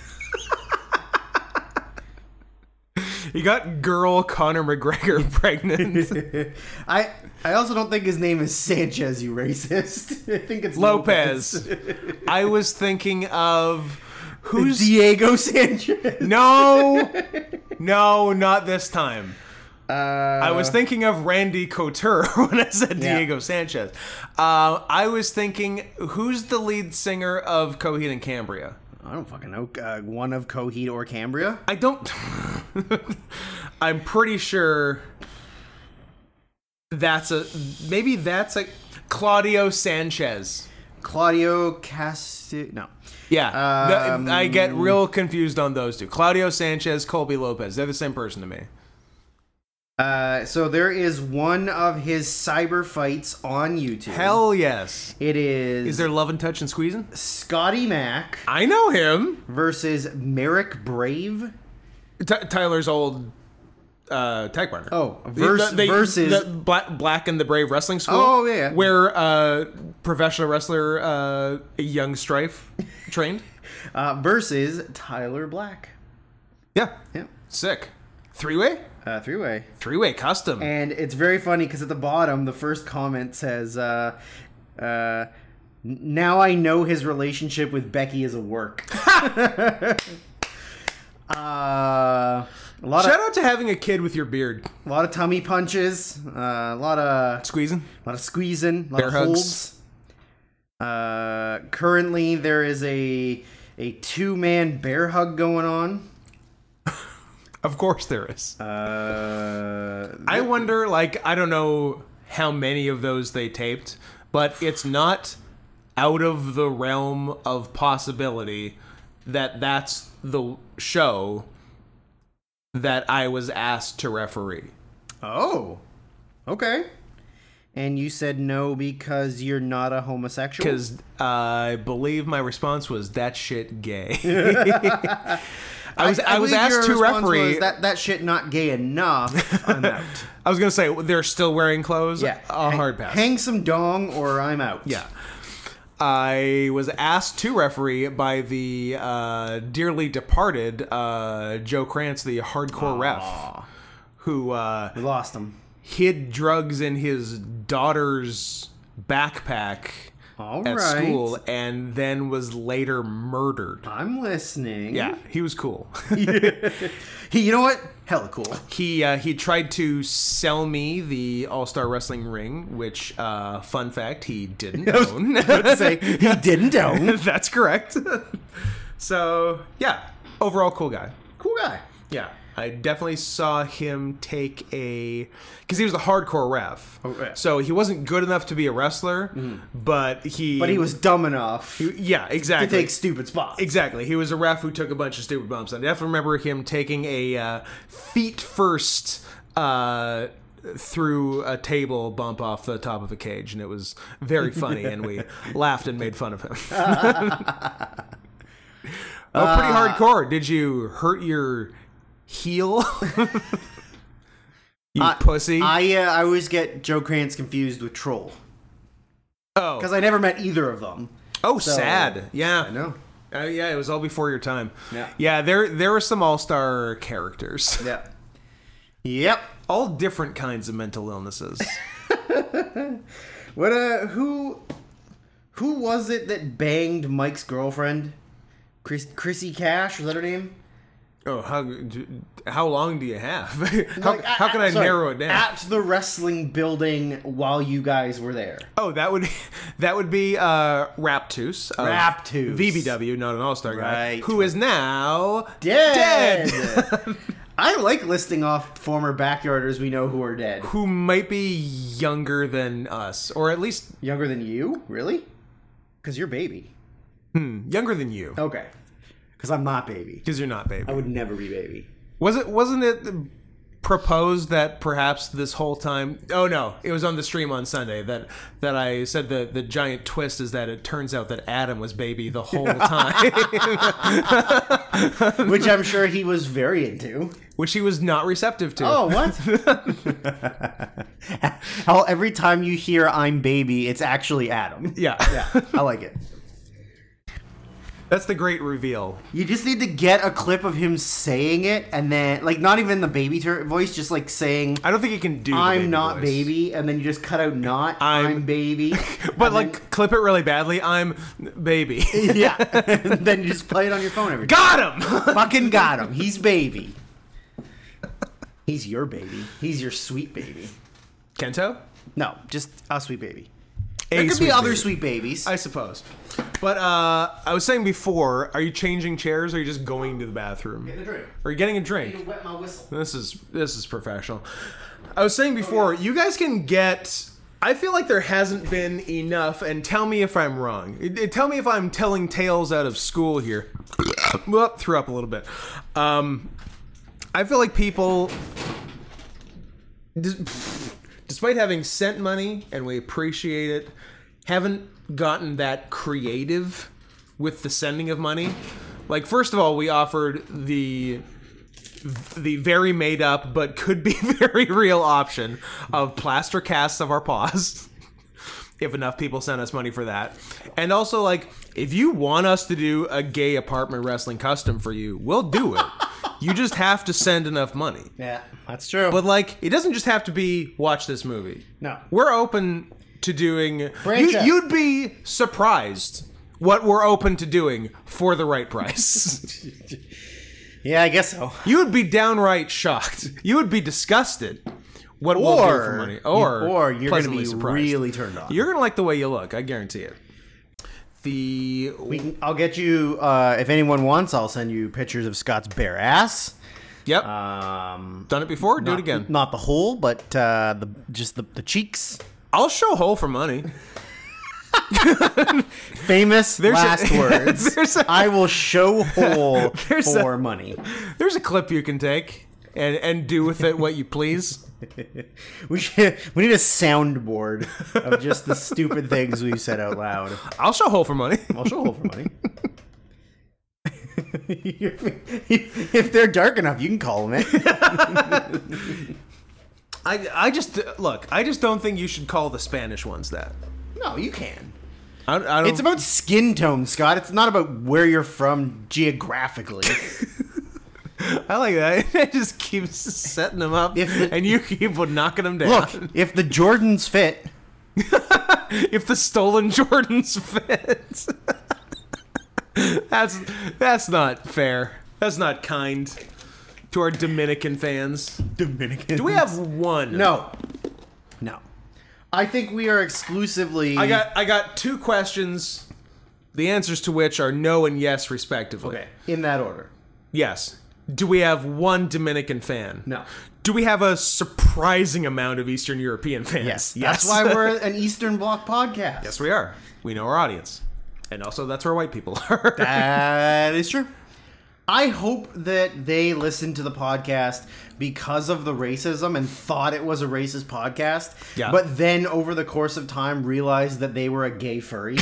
He got girl Conor McGregor pregnant. I I also don't think his name is Sanchez. You racist. I think it's Lopez. I was thinking of who's Diego Sanchez. No, no, not this time. Uh, I was thinking of Randy Couture when I said Yeah. Diego Sanchez. Uh, I was thinking, who's the lead singer of Coheed and Cambria? I don't fucking know. Uh, one of Coheed or Cambria. I don't. I'm pretty sure that's a maybe that's a Claudio Sanchez. Claudio Casti. No. Yeah, The- Um, I get real confused on those two. Claudio Sanchez, Colby Lopez. They're the same person to me. Uh, so there is one of his cyber fights on YouTube. Hell yes. It is, Is there love and touch and squeezing? Scotty Mack I know him. versus Merrick Brave. T- Tyler's old uh, tag partner. Oh, The- verse, the- versus the Black, Black and the Brave Wrestling School. Oh, yeah, yeah. where uh, professional wrestler uh, Young Strife trained. uh, versus Tyler Black. Yeah, Yeah, sick. Three way, uh, three way. three way custom. And it's very funny because at the bottom, the first comment says, uh, uh, "Now I know his relationship with Becky is a work." uh, a lot Shout of out to having a kid with your beard a lot of tummy punches, uh, a lot of squeezing. a lot of squeezing, a lot Bear of hugs. holds. Uh, currently, there is a a two man bear hug going on. Of course there is. Uh, I wonder, like, I don't know how many of those they taped, but it's not out of the realm of possibility that that's the show that I was asked to referee. Oh. Okay. And you said no because you're not a homosexual. Because uh, I believe my response was that shit gay. I was I, was believe asked your to response referee. was, that that shit not gay enough. I'm out. I was gonna say they're still wearing clothes. Yeah, a Hang- hard pass. Hang some dong or I'm out. Yeah. I was asked to referee by the uh, dearly departed uh, Joe Krantz, the hardcore ref, who uh, we lost him. hid drugs in his daughter's backpack All at right. school and then was later murdered. I'm listening. Yeah, he was cool. He, you know what? Hella cool. he uh, he tried to sell me the All Star Wrestling ring, which, uh, fun fact, he didn't own. Say he didn't own. That's correct. so yeah, overall cool guy. Cool guy. Yeah, I definitely saw him take a because he was the hardcore ref. Oh, yeah. Mm-hmm. So he wasn't good enough to be a wrestler, but he But he was dumb enough to yeah exactly take stupid spots. Exactly. He was a ref who took a bunch of stupid bumps. I definitely remember him taking a uh, feet first uh, through a table bump off the top of a cage, and it was very funny, and we laughed and made fun of him. oh, pretty Uh, hardcore. Did you hurt your heel? you pussy. I uh, I always get Joe Krantz confused with Troll oh, because I never met either of them. oh, sad. Yeah. I know. Uh, yeah, it was all before your time. Yeah. yeah. There, there were some all-star characters. Yeah. Yep. all different kinds of mental illnesses. What uh who who was it that banged Mike's girlfriend? Chris Chrissy Cash, was that her name? oh, how how long do you have? how, Like, how at- can I sorry, narrow it down? At the wrestling building while you guys were there. oh, that would that would be uh, Raptus. of Raptus. VBW, not an All Star guy, Right. who is now Dead. dead. I like listing off former backyarders we know who are dead. who might be younger than us, or at least Younger than you? Really? Cuz you're baby. younger than you, Okay. Cuz I'm not baby. because you're not baby. I would never be baby. Was it? Wasn't it proposed that perhaps this whole time? Oh no, it was on the stream on Sunday that that I said the the giant twist is that it turns out that Adam was baby the whole time, Which I'm sure he was very into. which he was not receptive to. Oh, what? How every time you hear I'm baby, it's actually Adam. Yeah, Yeah, I like it. that's the great reveal. You just need to get a clip of him saying it and then, like, not even the baby tur voice, just like saying, I don't think he can do. the I'm baby not voice. baby, and then you just cut out not, I'm, I'm- baby. but like clip it really badly. I'm baby. yeah. and then you just play it on your phone every day. Got him. Fucking got him. He's baby. He's your baby. He's your sweet baby. Kento. No, just a sweet baby. A There could sweet be other baby. sweet babies. I suppose. But uh, I was saying before, are you changing chairs or are you just going to the bathroom? Getting a drink. Are you getting a drink? wet my whistle. This is this is professional. I was saying before, you guys can get. I feel like there hasn't been enough, and tell me if I'm wrong. It- it- tell me if I'm telling tales out of school here. Whoop, threw up a little bit. Um, I feel like people, des- despite having sent money and we appreciate it, haven't gotten that creative with the sending of money. Like, first of all, we offered the the very made up but could be very real option of plaster casts of our paws. If enough people send us money for that. And also, like, if you want us to do a gay apartment wrestling custom for you, we'll do it. you just have to send enough money. Yeah, that's true. But, like, it doesn't just have to be watch this movie. No. We're open to doing. Branch You, out. you'd be surprised what we're open to doing for the right price. yeah, I guess so. You would be downright shocked. You would be disgusted. What we'll do for money, or or you're going to pleasantly be surprised. really turned on. You're gonna like the way you look. I guarantee it. The We can- I'll get you. Uh, if anyone wants, I'll send you pictures of Scott's bare ass. yep, Um, done it before. Do it again. Not the whole, but uh, the just the, the cheeks. I'll show hole for money. Famous a- last words. there's a- I will show whole There's a- for money. There's a clip you can take. and and do with it what you please. we should, we need a soundboard of just the stupid things we've said out loud. I'll show hole for money. I'll show hole for money. if they're dark enough, you can call them it. I I just look. I just don't think you should call the Spanish ones that. No, you can. I, I don't. It's about skin tone, Scott. It's not about where you're from geographically. I like that. It just keeps setting them up, If the- and you keep knocking them down. Look, if the Jordans fit, if the stolen Jordans fit. that's that's not fair. That's not kind to our Dominican fans. Dominican. Do we have one? no? No. I think we are exclusively. I got I got two questions, the answers to which are no and yes respectively. okay in that order. Yes. Do we have one Dominican fan? No. Do we have a surprising amount of Eastern European fans? Yes, that's why we're an Eastern Bloc podcast. yes, we are. We know our audience, and also that's where white people are. That is true. I hope that they listened to the podcast because of the racism and thought it was a racist podcast, Yeah. but then over the course of time realized that they were a gay furry.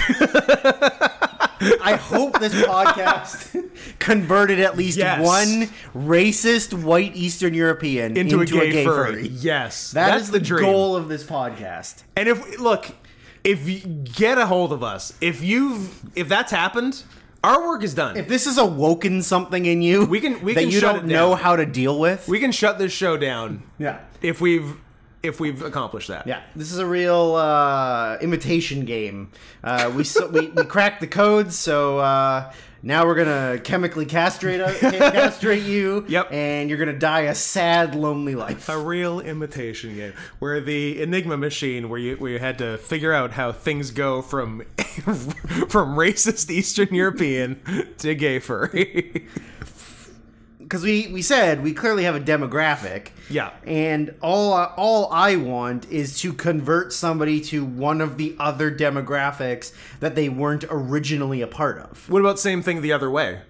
I hope this podcast converted at least Yes. one racist white Eastern European into, a gay, furry. Yes, That that's is the the dream. goal of this podcast. And if look, if you get a hold of us, if you've if that's happened, our work is done. If this is awoken something in you We can- we that can you shut don't it know down. how to deal with, we can shut this show down. yeah. If we've if we've accomplished that. Yeah, this is a real uh, imitation game. Uh, we, so, we we cracked the codes, so uh, now we're gonna chemically castrate us, castrate you. Yep. and you're gonna die a sad, lonely life. A real imitation game where the Enigma machine, where you where you had to figure out how things go from from racist Eastern European to gay furry. Because we we said we clearly have a demographic. Yeah. and all I- all I want is to convert somebody to one of the other demographics that they weren't originally a part of. what about same thing the other way?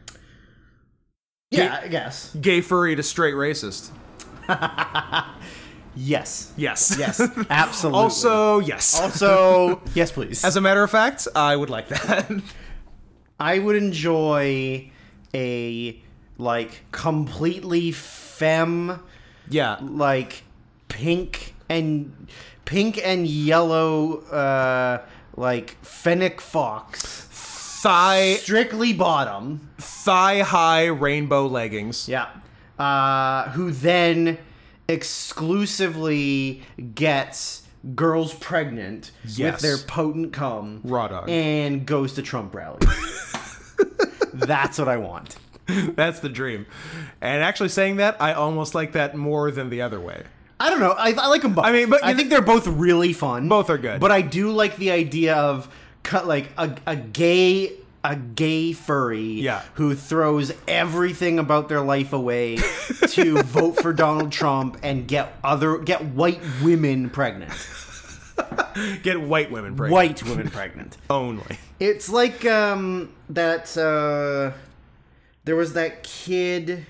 Yeah, I guess. Gay furry to straight racist. Yes. Yes. Yes. Absolutely. also yes. Also, yes, please. As a matter of fact, I would like that. I would enjoy a like completely femme yeah. like pink and pink and yellow uh like fennec fox Thigh strictly bottom thigh high rainbow leggings. yeah uh who then exclusively gets girls pregnant Yes. with their potent cum Raw dog. and goes to trump rallies that's what i want That's the dream. And actually saying that, I almost like that more than the other way. I don't know. I, I like them both. I mean, but- I think they're both really fun. Both are good. But I do like the idea of cut like a, a gay a gay furry Yeah. who throws everything about their life away to vote for Donald Trump and get other get white women pregnant. Get white women pregnant. White women pregnant. only. It's like um that uh there was that kid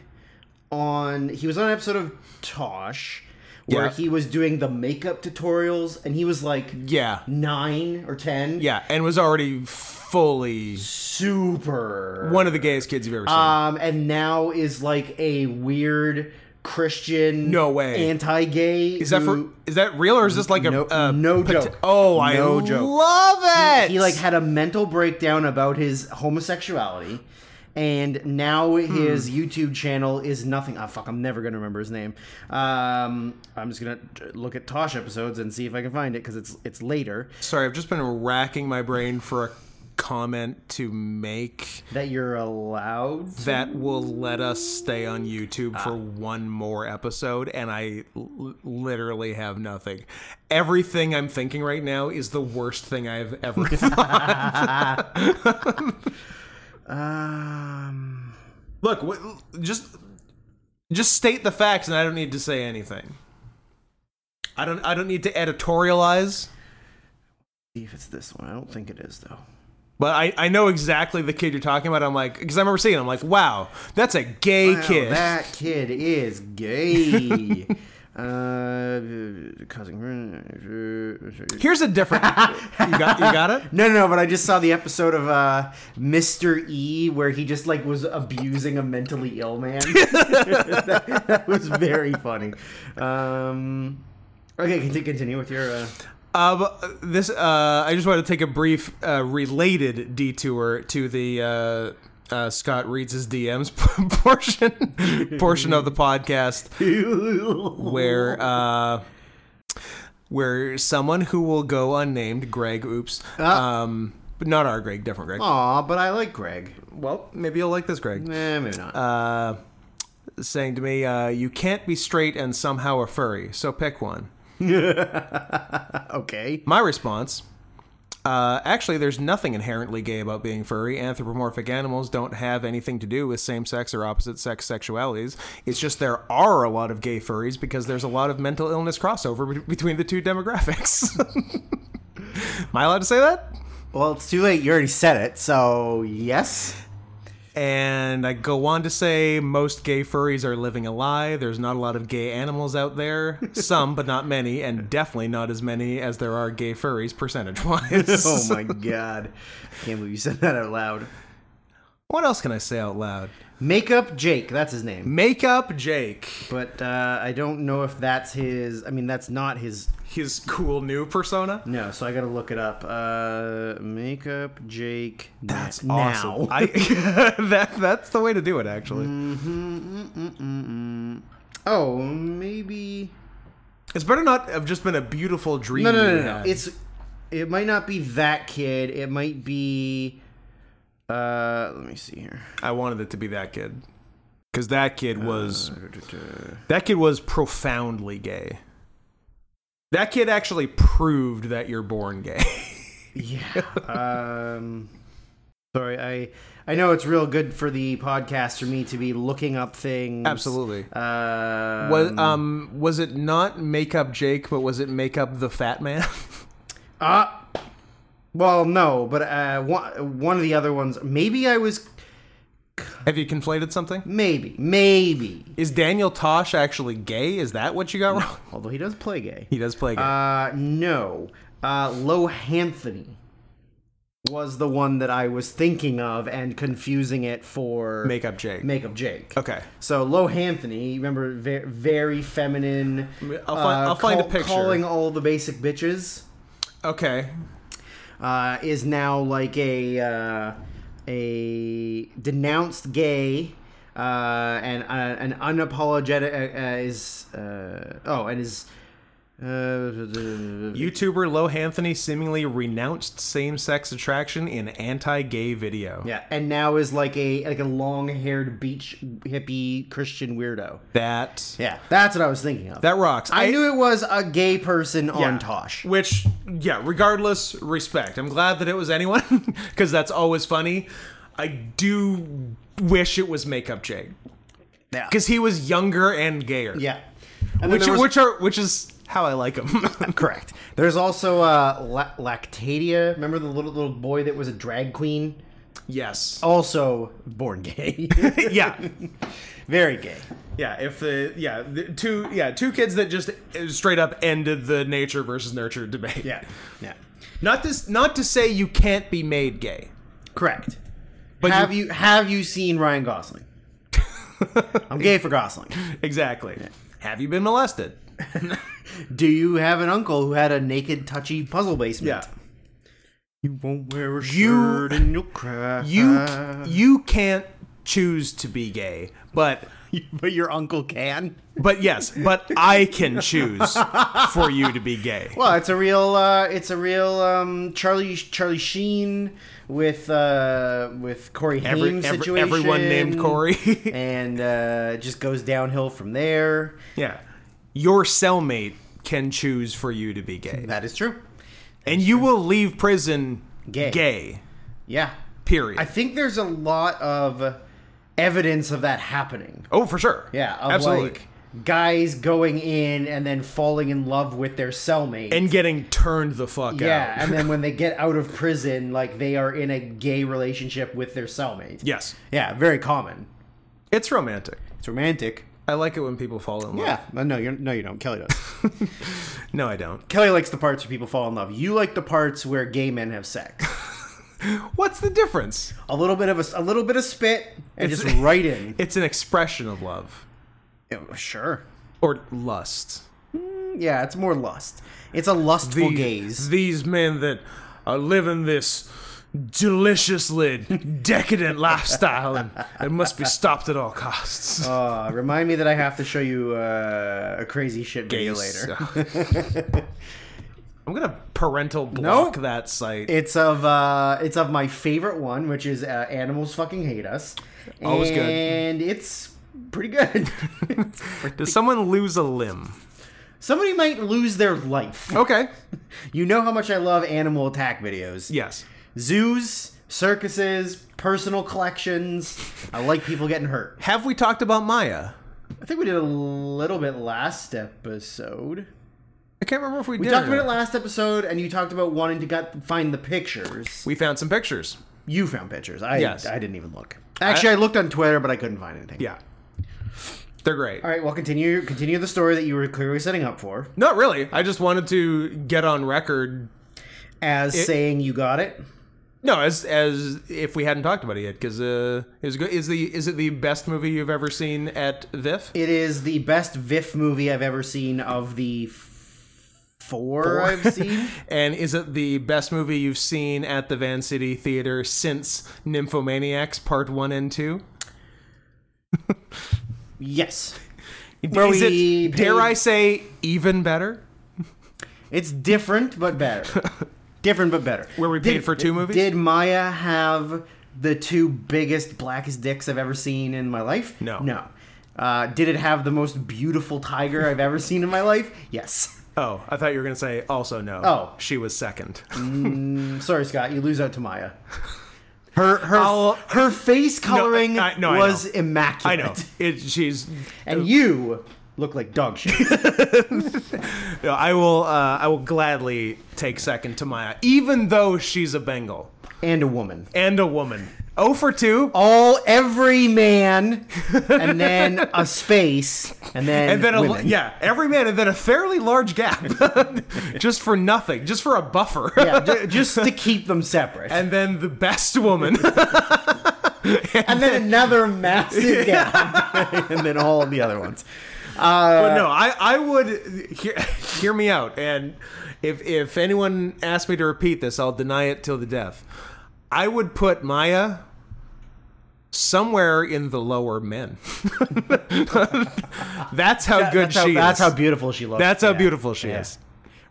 on he was on an episode of Tosh where Yeah. he was doing the makeup tutorials and he was like Yeah. 9 or 10. Yeah, and was already fully Super. one of the gayest kids you've ever seen. um and now is like a weird Christian No way. anti-gay is that for who- is that real or is this like a No- a no pot- joke. Oh, I No joke. love it. he like had a mental breakdown about his homosexuality and now his youtube channel is nothing oh fuck i'm never gonna remember his name um i'm just gonna look at tosh episodes and see if i can find it because it's it's later Sorry, I've just been racking my brain for a comment to make that you're allowed that will let us stay on YouTube Ah. for one more episode, and I l- literally have nothing. Everything I'm thinking right now is the worst thing I've ever thought. um Look, w- just just state the facts, and I don't need to say anything. I don't. I don't need to editorialize. see if it's this one i don't think it is though But I, I know exactly the kid you're talking about. I'm like, because I remember seeing. Him, I'm like, wow, that's a gay Wow, kid. That kid is gay. uh, cousin. Here's a different. you got you got it. No, no, no, but I just saw the episode of uh, Mr. E where he just like was abusing a mentally ill man. that, that was very funny. Um, okay, can continue with your. Uh, Uh, but this uh, I just want to take a brief uh, related detour to the uh, uh, Scott reads his DMs portion portion of the podcast where uh, where someone who will go unnamed, Greg, oops, Ah. Oh. um, but not our Greg, different Greg. Aw, but I like Greg. Well, maybe you'll like this, Greg. Eh, maybe not. Uh, saying to me, uh, you can't be straight and somehow a furry, so pick one. okay. My response uh, actually, there's nothing inherently gay about being furry. Anthropomorphic animals don't have anything to do with same sex or opposite sex sexualities. It's just there are a lot of gay furries because there's a lot of mental illness crossover be- between the two demographics. Am I allowed to say that? Well, it's too late. You already said it, so yes. And I go on to say most gay furries are living a lie. There's not a lot of gay animals out there. Some, but not many, and definitely not as many as there are gay furries percentage wise. Oh my god. I can't believe you said that out loud. What else can I say out loud? Makeup Jake, that's his name. Makeup Jake. But uh, I don't know if that's his. I mean, that's not his. His cool new persona. No, so I gotta look it up. Uh, makeup Jake. na- That's now. awesome. I, that that's the way to do it actually. Mm, Mm-mm-mm-mm-mm. Oh, maybe. It's better not have just been a beautiful dream. No, no, no, you no, no. had. It's. It might not be that kid. It might be. Uh, let me see here. I wanted it to be that kid. Cuz that kid was Uh. that kid was profoundly gay. That kid actually proved that you're born gay. Yeah. um, sorry, I I know it's real good for the podcast for me to be looking up things. Absolutely. Uh, Was um was it not makeup Jake, but was it makeup the fat man? Uh, well, no, but uh, one, one of the other ones. Maybe I was. have you conflated something? Maybe. Maybe. Is Daniel Tosh actually gay? Is that what you got wrong? Although he does play gay. He does play gay. Uh, no. Uh, Lohanthony was the one that I was thinking of and confusing it for Makeup Jake. Makeup Jake. okay. So Lohanthony, remember, very, very feminine. uh, I'll find- I'll find a picture. Calling all the basic bitches. Okay. uh, is now like a uh, a denounced gay uh, and uh, an unapologetic uh, uh, is uh, oh and is uh, YouTuber Lohanthony seemingly renounced same-sex attraction in anti-gay video. yeah and now is like a like a long haired beach hippie Christian weirdo. That Yeah, that's what I was thinking of. that rocks. I, knew it was a gay person on Tosh. Which, yeah, regardless, respect. I'm glad that it was anyone because that's always funny. I do wish it was Makeup Jake Yeah, because he was younger and gayer. yeah. And then which there was- which are which is how I like him. Correct. There's also uh, La- Lactadia. Remember the little little boy that was a drag queen? yes. Oh. Also born gay. Yeah. Very gay. Yeah, if the yeah the two yeah two kids that just uh, straight up ended the nature versus nurture debate. Yeah. Yeah. not this not to say you can't be made gay, Correct. but have you, have you seen Ryan Gosling? I'm gay for Gosling. exactly. Have you been molested? Do you have an uncle who had a naked touchy puzzle basement? You won't wear You- a shirt and you'll cry. you Uh, you can't choose to be gay, but but your uncle can. but yes, but I can choose for you to be gay. Well, it's a real, uh, it's a real um, Charlie Charlie Sheen with uh, with Corey Every- Haim every- situation. everyone named Corey. and uh, it just goes downhill from there. yeah, your cellmate can choose for you to be gay, That is true. and you will leave prison Gay. gay Yeah, period. I think there's a lot of evidence of that happening. oh, for sure. Yeah, of absolutely. like guys going in and then falling in love with their cellmate. and getting turned the fuck yeah, out. and then when they get out of prison, like they are in a gay relationship with their cellmate. yes, Yeah, very common. it's romantic. It's romantic. I like it when people fall in love. Yeah, no, no, you're, no, you don't. Kelly does. No, I don't. Kelly likes the parts where people fall in love. You like the parts where gay men have sex. What's the difference? A little bit of a, a little bit of spit and It's- just right in. It's an expression of love Yeah, sure. or lust. Yeah, it's more lust. It's a lustful gaze. These men that are living this deliciously decadent lifestyle and it must be stopped at all costs. Uh, remind me that I have to show you uh, a crazy shit video later. I'm gonna parental block that site. It's of uh, it's of my favorite one, which is uh, animals fucking hate us. Always good. and it's pretty good. Does someone lose a limb? Somebody might lose their life. Okay. You know how much I love animal attack videos. Yes. Zoos, circuses, personal collections. I like people getting hurt. Have we talked about Maya? I think we did a little bit last episode. I can't remember if we, We did. talked or about it not. last episode, and you talked about wanting to got, find the pictures. we found some pictures. You found pictures. I Yes. I didn't even look. Actually, I, looked on Twitter, but I couldn't find anything. Yeah. They're great. All right. Well, continue continue the story that you were clearly setting up for Not really. I just wanted to get on record. as saying you got it. No, as as if we hadn't talked about it yet, because uh, is good. Is the is it the best movie you've ever seen at VIF? It is the best VIF movie I've ever seen of the f- four, I've seen. and is it the best movie you've seen at the Van City Theater since Nymphomaniacs Part One and Two? yes. Where Is we it dare paid- I say even better? It's different but better. different but better. Where we paid for two movies? Did Maya have the two biggest blackest dicks I've ever seen in my life? No. No. Uh, did it have the most beautiful tiger I've ever seen in my life? Yes. Oh, I thought you were gonna say also no. Oh. she was second. I'm sorry, Scott. You lose out to Maya. Her her I'll- her face coloring I- no, I was know. I immaculate. know. It, she's. And you look like dog shit. no, I will. Uh, I will gladly take second to Maya, even though she's a Bengal and a woman. and a woman. Oh for two. All every man, and then a space, and then and then a, women. yeah, every man, and then a fairly large gap, just for nothing, just for a buffer, yeah, ju- just to keep them separate. And, and then the best woman. then another massive gap, and then all of the other ones. Uh, But no, I, I would hear, hear me out, and if if anyone asks me to repeat this, I'll deny it till the death. I would put Maya somewhere in the lower men. that's how good that's, how, she that's is. how beautiful she looks. that's how Yeah. beautiful she Yeah. is.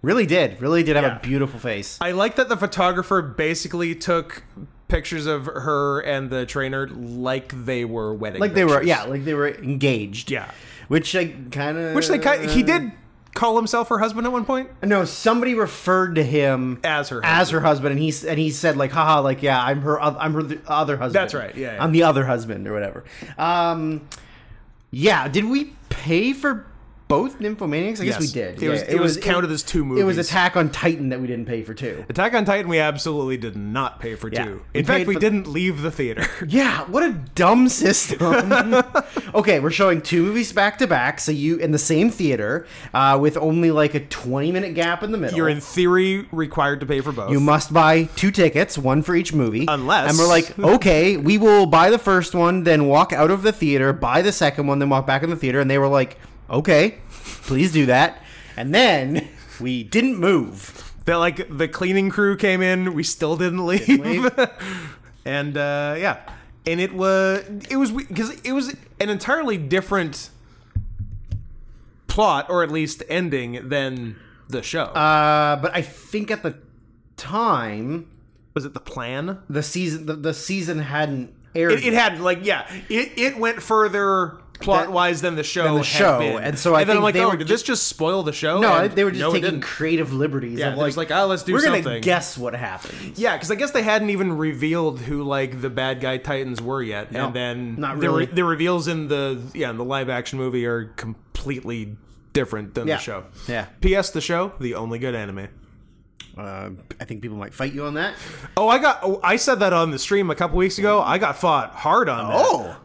Really did, really did have Yeah. a beautiful face. I like that the photographer basically took pictures of her and the trainer like they were wedding. Like they were, pictures. yeah, like they were engaged. Yeah. which I kind of, Which they kind he did call himself her husband at one point No, somebody referred to him as her. as her husband, and he s- and he said like, haha, like yeah, I'm her, oth- I'm her th- other husband. That's right, yeah, yeah. I'm the other husband or whatever. Um, yeah, did we pay for both Nymphomaniacs? I Yes. guess we did. It was- Yeah, it was counted as two It was movies. Attack on Titan that we didn't pay for two. Attack on Titan, we absolutely did not pay for Yeah. two. We In fact, paid we for- didn't leave the theater. Yeah, what a dumb system. okay, we're showing two movies back to back, so you in the same theater uh, with only like a twenty minute gap in the middle. You're in theory required to pay for both. You must buy two tickets, one for each movie. Unless- And we're like, okay, we will buy the first one, then walk out of the theater, buy the second one, then walk back in the theater. And they were like, okay, please do that. And then we didn't move. that like the cleaning crew came in, we still didn't leave. and uh, yeah, and it was it was because it was an entirely different plot or at least ending than the show. Uh, but I think at the time, was it the plan? the season the, the season hadn't aired. It, it had like yeah, it it went further plot wise than the show. the had show. been. And so I then I'm think like, they oh, were did ju- this just spoil the show? No, And they were just no, it taking didn't. creative liberties. Yeah, of they're like, just like, ah, let's do we're gonna something. guess what happens. Yeah, because I guess they hadn't even revealed who like the bad guy Titans were yet, No, and then not the, really. the reveals in the yeah in the live action movie are completely different than Yeah. the show. Yeah. P.S. The show, the only good anime. Uh, I think people might fight you on that. Oh, I got. Oh, I said that on the stream a couple weeks ago. I got fought hard on. that. Oh.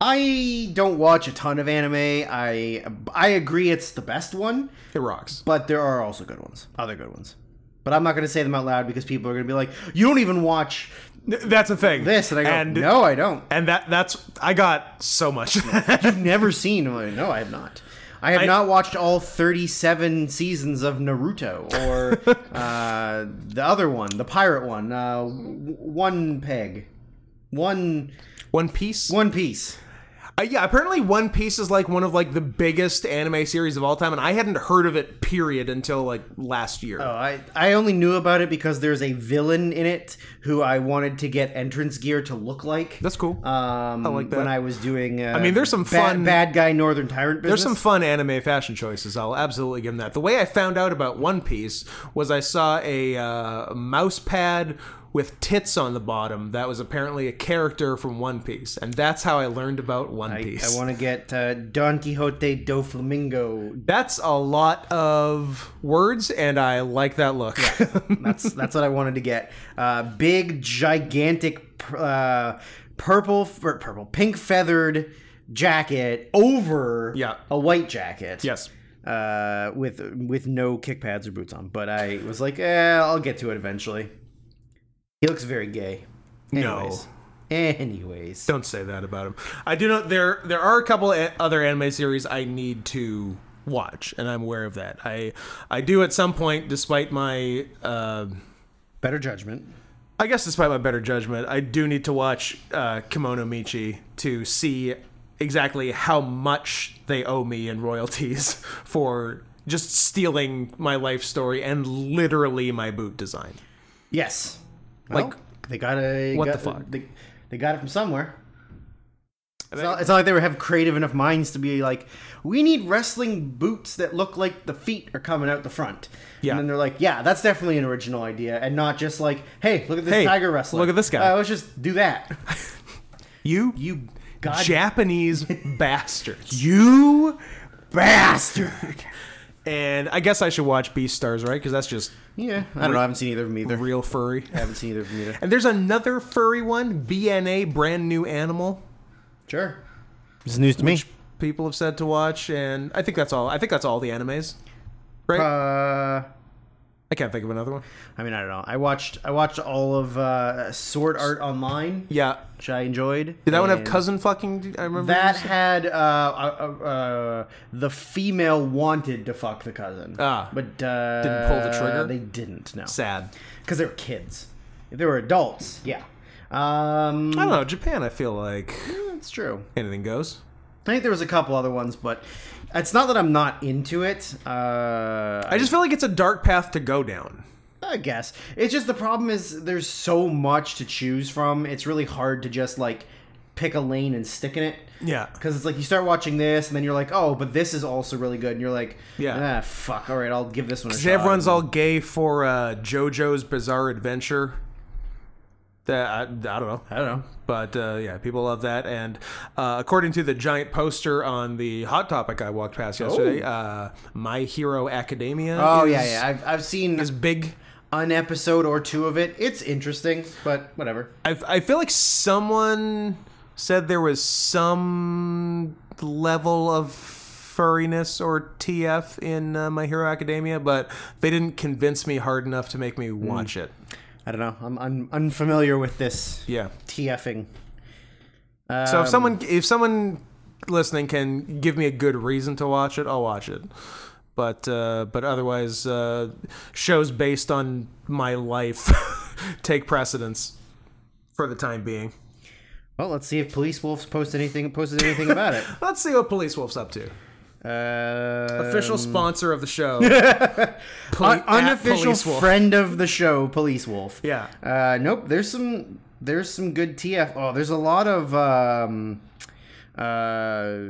I don't watch a ton of anime. I I agree it's the best one, it rocks. but there are also good ones, other good ones. But I'm not going to say them out loud because people are going to be like, "You don't even watch N- That's the thing. this," and I go, and, "No, I don't. and that that's I got so much. I've never seen." I'm like, no, I have not. I have I- not watched all 37 seasons of Naruto or uh, the other one, the pirate one, uh, w- One Peg, One One Piece. One Piece. Uh, yeah, apparently One Piece is like one of like the biggest anime series of all time, and I hadn't heard of it period until like last year. Oh, I, I only knew about it because there's a villain in it who I wanted to get entrance gear to look like. That's cool. um, I like that. When I was doing, uh, I mean, there's some bad, fun- bad guy Northern Tyrant. There's Business. some fun anime fashion choices. I'll absolutely give them that. The way I found out about One Piece was I saw a uh, mouse pad with tits on the bottom that was apparently a character from One Piece, and that's how I learned about One Piece. I want to get uh, Don Quixote do Flamingo. that's a lot of words, and I like that look. That's that's what I wanted to get. Uh, big, gigantic, pr- uh, purple, or purple, pink feathered jacket over Yeah. a white jacket. yes. uh, with with no kick pads or boots on. But I was like, eh, I'll get to it eventually. He looks very gay. No. Anyways. Anyways. Don't say that about him. I do know there there are a couple a- other anime series I need to watch, and I'm aware of that. I I do at some point, despite my. Uh, Better judgment. I guess despite my better judgment, I do need to watch uh, Kimono Michi to see exactly how much they owe me in royalties for just stealing my life story and literally my boot design. Yes. Like- like they got a What got, the fuck? They, they got it from somewhere. It's not, it's not like they were have creative enough minds to be like, we need wrestling boots that look like the feet are coming out the front. Yeah. And then they're like, yeah, that's definitely an original idea, and not just like, hey, look at this Hey, tiger wrestler. look at this guy. Uh, let's just do that. You, You god Japanese bastards. You bastard! And I guess I should watch Beastars, right? Because that's just Yeah, I don't know. I haven't seen either of them either. real furry. I haven't seen either of them either. And there's another furry one, BNA, brand new animal. Sure. This is news to me. People have said to watch, and I think that's all. I think that's all the animes. Uh, I I can't think of another one. mean, I don't know. I watched I watched all of uh, Sword Art Online, Yeah, which I enjoyed. Did that one have and cousin fucking? I remember That you said- had uh, uh, uh, uh, the female wanted to fuck the cousin, Ah. but uh, Didn't pull the trigger? They didn't. No, sad. because they were kids. If they were adults, yeah. Um, I don't know. Japan, I feel like that's true. anything goes. I think there was a couple other ones, but it's not that I'm not into it. Uh, I just feel like it's a dark path to go down. I guess it's just the problem is there's so much to choose from. It's really hard to just like pick a lane and stick in it. Yeah. Because it's like you start watching this, and then you're like, oh, but this is also really good, and you're like, Yeah. ah, fuck, all right, I'll give this one a shot. Everyone's all gay for uh, JoJo's Bizarre Adventure. That I, I don't know, I don't know. but uh, yeah, people love that. And uh, according to the giant poster on the Hot Topic I walked past yesterday, uh, My Hero Academia. Oh is, yeah, yeah. I've I've seen is big. an episode or two of it. It's interesting, but whatever. I, I feel like someone said there was some level of furriness or TF in uh, My Hero Academia, but they didn't convince me hard enough to make me watch it. I don't know. I'm un- unfamiliar with this Yeah. TFing. So if someone if someone listening can give me a good reason to watch it, I'll watch it. But uh, but otherwise, uh, shows based on my life take precedence for the time being. Well, let's see if Police Wolf's posted anything posted anything about it. Let's see what Police Wolf's up to. Uh, official sponsor of the show. Poli- un- at unofficial Police Wolf. friend of the show, Police Wolf. Yeah. Uh, nope. There's some. There's some good TF. Oh, there's a lot of. Um, uh,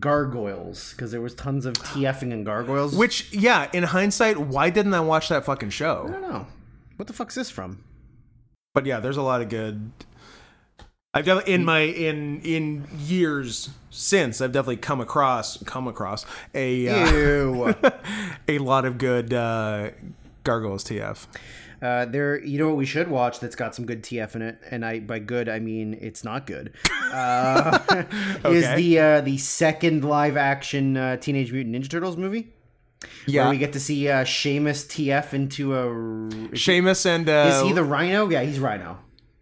gargoyles because there was tons of TFing and gargoyles. Which, yeah, in hindsight, why didn't I watch that fucking I show? don't know. What the fuck's this from? But yeah, there's a lot of good. I've definitely in my in in years since I've definitely come across come across a uh, Ew. a lot of good uh, gargoyles TF. Uh, there, you know what we should watch that's got some good TF in it, and I by good I mean it's not good. Uh, Is Okay. the uh, the second live action uh, Teenage Mutant Ninja Turtles movie? Yeah, where we get to see uh, Seamus TF into a. Seamus and uh, Is he the Rhino? Yeah, he's Rhino.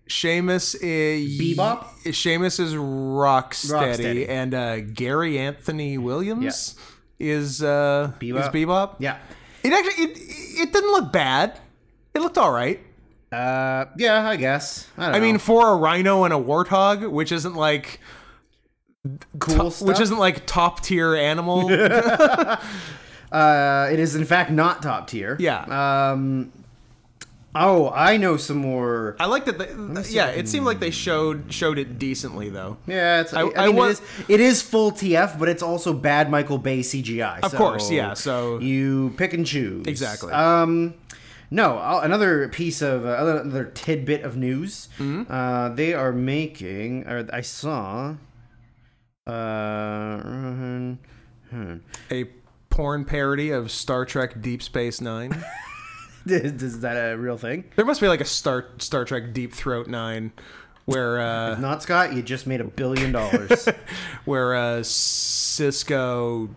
Seamus is Bebop? Seamus is Rocksteady, Rocksteady. and uh, Gary Anthony Williams is uh, Bebop? is Bebop. Yeah. It actually it it didn't look bad. It looked all right. Uh, yeah, I guess. I, don't I know. mean, for a rhino and a warthog, which isn't like cool which stuff. isn't like top tier animal. uh, it is in fact not top tier. Yeah. Um. Oh, I know some more. I like that. They, yeah, it seemed like they showed showed it decently though. Yeah, it's, I, I- mean, I it want- is it is full TF, but it's also bad Michael Bay CGI. Of course, yeah, so- you pick and choose Exactly. Um, no, I'll, another piece of uh, another- another tidbit of news. Mm-hmm. Uh, they are making, or I saw. Uh, A porn parody of Star Trek Deep Space Nine. is, is that a real thing? There must be like a Star Star Trek Deep Throat Nine, where uh, Not Scott. You just made a billion dollars. where uh, Cisco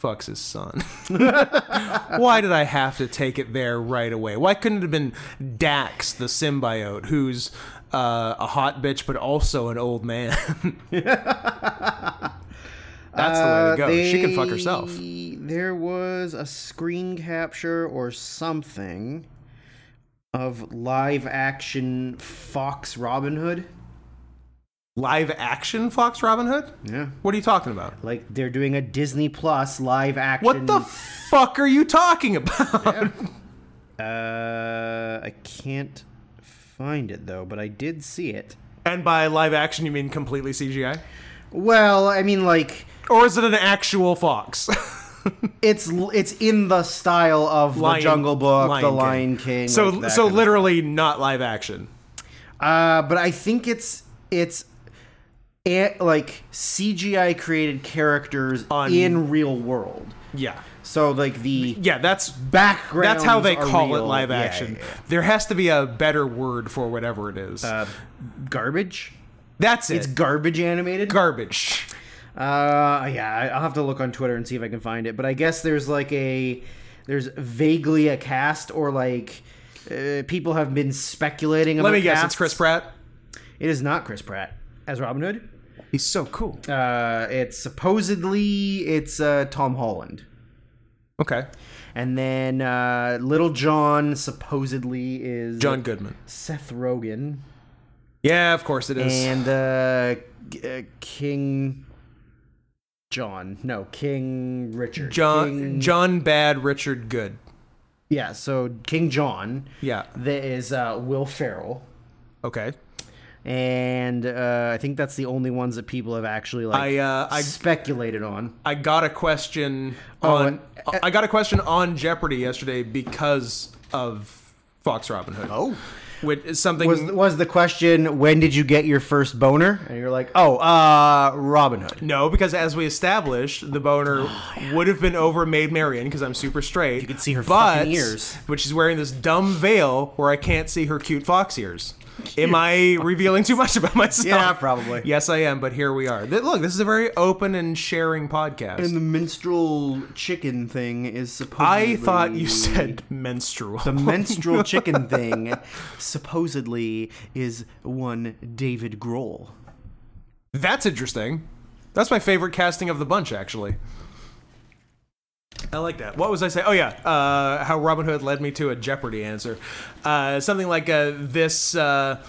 fucks his son. Why did I have to take it there right away? Why couldn't it have been Dax the symbiote, who's uh, a hot bitch but also an old man? That's the way to go. She can fuck herself. Uh, They- There was a screen capture or something of live action Fox Robin Hood. Live action Fox Robin Hood? Yeah. What are you talking about? Like they're doing a Disney Plus live action. What the fuck are you talking about? uh, I can't find it though, but I did see it. And by live action, you mean completely CGI? Well, I mean, like Or is it an actual fox? it's it's in the style of the Lion- Jungle Book, Lion the King. Lion King. so like that so kind of- literally not live action. Uh, but I think it's it's a like CGI created characters On- in real world. Yeah. So like the Yeah, that's background. that's how they call it live action. There has to be a better word for whatever it is. Garbage. that's it. Uh, It's garbage animated. garbage. uh, yeah, I- I'll have to look on Twitter and see if I can find it. But I guess there's like a there's vaguely a cast or like. Uh, people have been speculating. Let about me guess, casts. it's Chris Pratt. It is not Chris Pratt as Robin Hood. He's so cool. Uh, it's supposedly it's uh, Tom Holland. Okay. And then uh, Little John supposedly is John Goodman. Seth Rogen, Yeah, of course it is. and uh, G- uh, King John, no King Richard, John King- John Bad Richard Good. yeah. So King John, Yeah. that is uh, Will Ferrell, Okay. and uh, I think that's the only ones that people have actually I like uh I speculated on. I got a question Oh, on uh, I got a question on Jeopardy yesterday because of Fox Robin Hood. Oh, which is something Was was the question when did you get your first boner? And you're like, oh, uh, Robin Hood. no, because as we established, the boner would have been over Maid Marian because I'm super straight. You Oh, could see her but, fucking ears. but she's wearing this dumb veil where I can't see her cute fox ears. Am I revealing too much about myself? Yeah, probably. Yes, I am. But here we are. Th- Look, this is a very open and sharing podcast. And the minstrel chicken thing is supposedly. I thought you said menstrual. The menstrual chicken thing supposedly is one David Grohl. That's interesting. That's my favorite casting of the bunch, actually. I like that. What was I say? Oh yeah, uh, how Robin Hood led me to a Jeopardy answer. Uh, something like uh, this. Uh,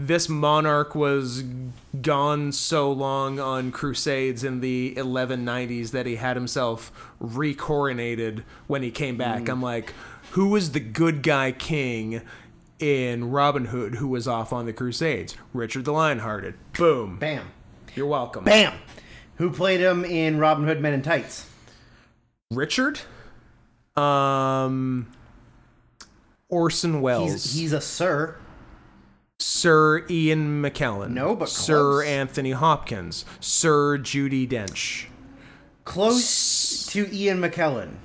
this monarch was gone so long on crusades in the 1190s that he had himself recoronated when he came back. I'm like, who was the good guy king in Robin Hood who was off on the crusades? Richard the Lionhearted. Boom. Bam. You're welcome. Bam. Who played him in Robin Hood Men in Tights? Richard, um, Orson Welles, He's, he's a sir. Sir Ian McKellen, No, but Sir close. Anthony Hopkins, Sir Judy Dench, Close to Ian McKellen,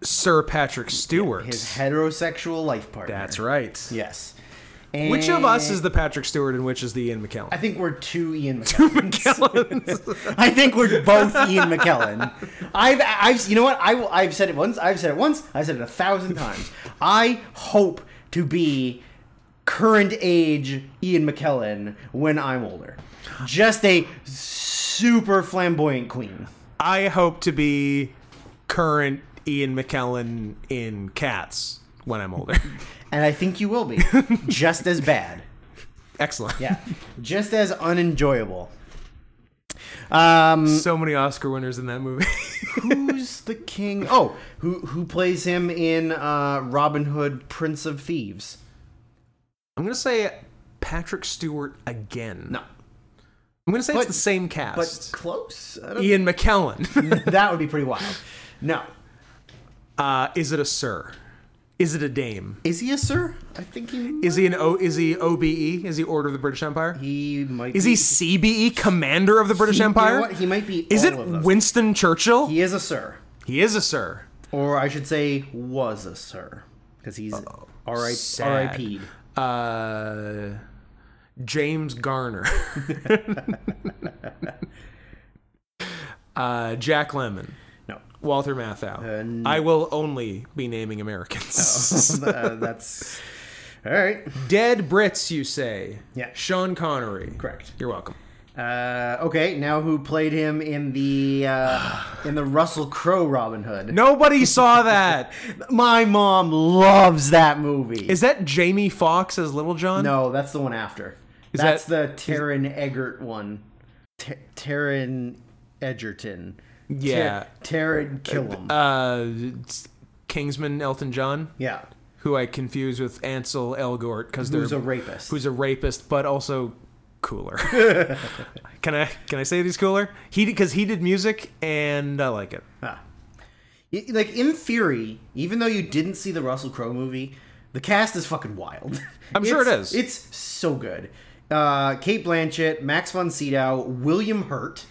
Sir Patrick Stewart. his heterosexual life partner. That's right. Yes. Which of us is the Patrick Stewart and which is the Ian McKellen? I think we're two Ian McKellens. McKellens. I think we're both Ian McKellen. I've, I've, you know what? I will, I've said it once. I've said it once. I've said it a thousand times. I hope to be current age Ian McKellen when I'm older. Just a super flamboyant queen. I hope to be current Ian McKellen in Cats when I'm older. And I think you will be. Just as bad. Excellent. Yeah. Just as unenjoyable. Um, So many Oscar winners in that movie. Who's the king? Oh, who who plays him in uh, Robin Hood, Prince of Thieves? I'm gonna say Patrick Stewart again. No, I'm gonna say But- it's the same but cast. close. I don't, Ian McKellen. that would be pretty wild. No, uh, is it a sir? Is it a dame? is he a sir? I think he Is he an O? Is he OBE? Is he Order of the British Empire? he might. Is he CBE, Commander of the British You know Empire? what? He might be. Is all it of those. Winston Churchill? He is a sir, He is a sir. or I should say, was a sir, because he's R.I.P. Sad. R.I.P. Uh, James Garner. uh, Jack Lemon. No, Walter Uh, Matthau. I will only be naming Americans. Uh, that's all right. Dead Brits, you say? Yeah. Sean Connery. Correct. You're welcome. Uh, okay, now who played him in the uh, in the Russell Crowe Robin Hood? Nobody saw that. My mom loves that movie. Is that Jamie Foxx as Little John? no, that's the one after. Is that's that- the Taryn Eggert one. T- Taryn Edgerton. T- Yeah. Taryn Killam. Uh, it's Kingsman Elton John, yeah. who I confuse with Ansel Elgort because Who's there's a rapist? who's a rapist but also cooler. can I can I say that he's cooler? He because he did music and I like it. Ah. Y- Like in theory, even though you didn't see the Russell Crowe movie, the cast is fucking wild. I'm sure it It's- is. It's so good. Uh, Kate Blanchett, Max von Sydow, William Hurt,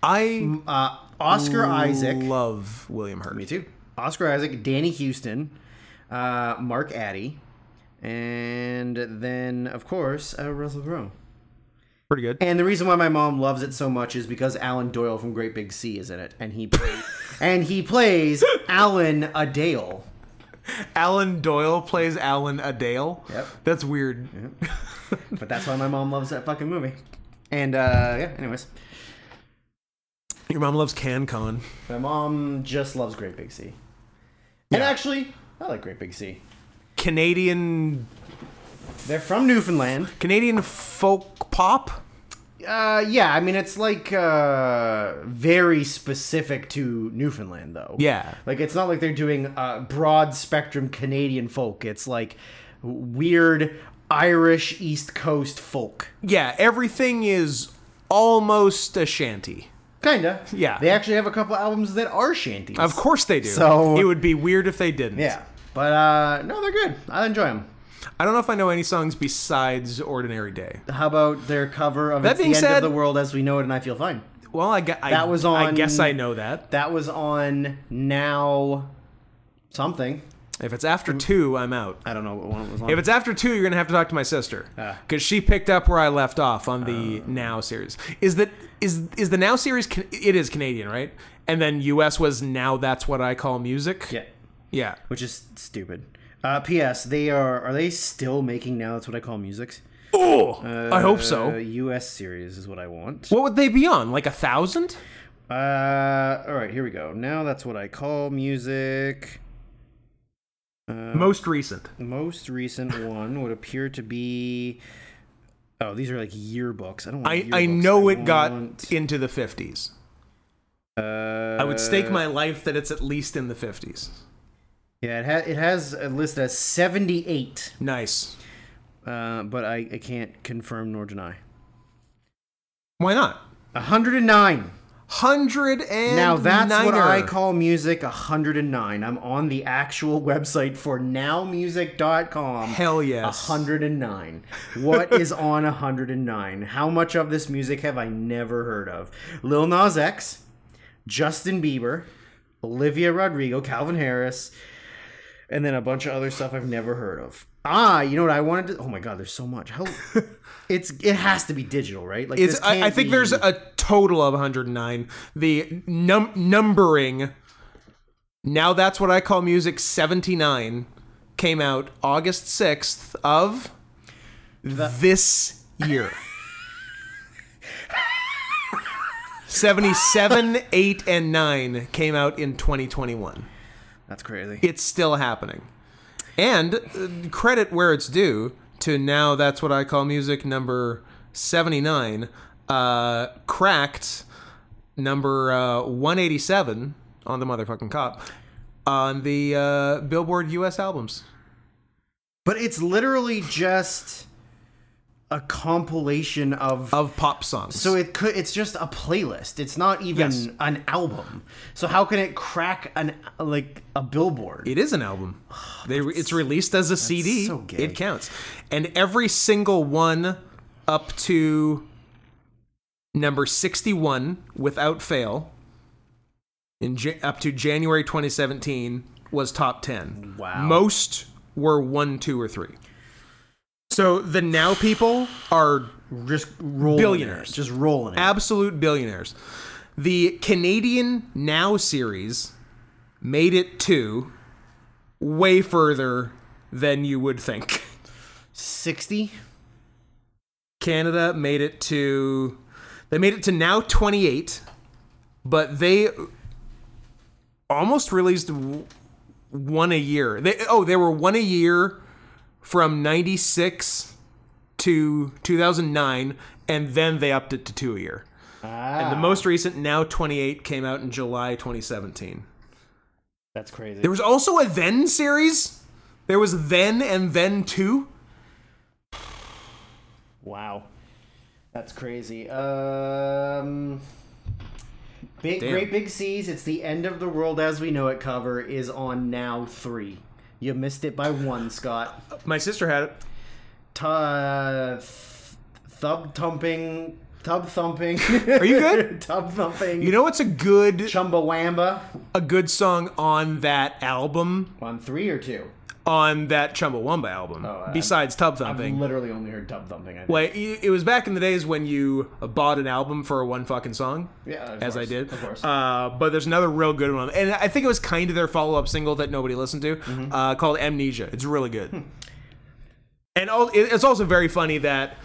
I uh, Oscar Isaac. love William Hurt. Me too. Oscar Isaac, Danny Houston, uh, Mark Addy, and then of course uh, Russell Crowe. Pretty good. And the reason why my mom loves it so much is because Alan Doyle from Great Big Sea is in it, and he plays, and he plays Alan Adale. Alan Doyle plays Alan Adale. Yep. That's weird. But that's why my mom loves that fucking movie. And uh, yeah, anyways, Your mom loves CanCon. my mom just loves Great Big Sea. And actually, I like Great Big Sea. Canadian They're from Newfoundland. Canadian folk pop. Uh, yeah, I mean it's like uh, very specific to Newfoundland, though. Yeah. like it's not like they're doing uh, broad spectrum Canadian folk. It's like weird Irish East Coast folk, Yeah, everything is almost a shanty. kinda. Yeah. they actually have a couple albums that are shanties. Of course they do. So- it would be weird if they didn't. yeah, but uh, no, they're good. I enjoy them. I don't know if I know any songs besides Ordinary Day. How about their cover of That "It's the being End said- of the World as We Know It" and I feel fine. Well, I, gu- I That was on- I guess I know that. That was on now something. If it's Mm. after 2, I'm out. I don't know what one it was on. If it's after 2, you're going to have to talk to my sister Ah. cuz she picked up where I left off on the Oh. Now series. Is that is is the Now series can, it is Canadian, right? And then US was Now that's what I call music. yeah. Yeah. which is stupid. Uh, P.S. They are are they still making now? That's what I call music. Oh, I hope Uh, so. U.S. series is what I want. What would they be on? Like a 1000? Uh, all right, here we go. Now that's what I call music. Uh, Most recent. Most recent one would appear to be. Oh, these are like yearbooks. I don't. Want I, yearbooks. I know it want- got into the 50s. Uh, I would stake my life that it's at least in the 50s. yeah, it, ha- it has a list as seventy eight, Nice. uh, but I, I can't confirm nor deny. Why not? 109. Hundred and Now that's what niner. I call music 109. I'm on the actual website for nowmusic.com. Hell yes. 109. What is on 109? How much of this music have I never heard of? Lil Nas X, Justin Bieber, Olivia Rodrigo, Calvin Harris, and then a bunch of other stuff I've never heard of. Ah, you know what I wanted to Oh my god, there's so much. How It's it has to be digital, right? Like It's, this I, I can't think be- there's a total of 109. The num- numbering, now that's what I call music 79, came out August 6th of this year. 77, 8, and 9 came out in 2021. That's crazy. It's still happening. And uh, credit where it's due to now that's what I call music number 79, uh, cracked number uh, 187 on the motherfucking cop on the uh, Billboard US albums. But it's literally just a compilation of. Of pop songs. so it could. It's just a playlist. It's not even Yes. an album. So how can it crack an like a billboard? It is an album. They re- it's released as a CD. so gay. It counts, and every single one up to number sixty-one without fail, in Ja- up to January twenty seventeen, was top ten. Wow. Most were one, two, or three. So the now people are just rolling Billionaires. It, just rolling it. absolute billionaires. The Canadian Now series made it to way further than you would think. Sixty. Canada made it to they made it to now 28, but they almost released w- one a year. They oh, they were one a year from 96 to 2009 and then they upped it to two a year. Ah, The most recent now 28 came out in July 2017. that's crazy. There was also a Then series. There was Then and Then 2. wow, that's crazy. Um. Big Damn. Great Big Seas, it's the end of the world as we know it cover is on now three. You missed it by one, Scott. My sister had it. Tu- uh, th- thub thumping, tub thumping. Are you good? tub thumping. You know what's a good Chumbawamba a good song on that album on three or two. on that Chumbawamba album I- besides Tub Thumping? I've literally only heard tub thumping. I think. Like y- it was back in the days when you bought an album for one fucking song. Yeah, of as I course, did. Of course. Uh, but there's another real good one, and I think it was kind of their follow-up single that nobody listened to, Mm-hmm. uh, called "Amnesia." It's really good, Hmm. and all, it- it's also very funny that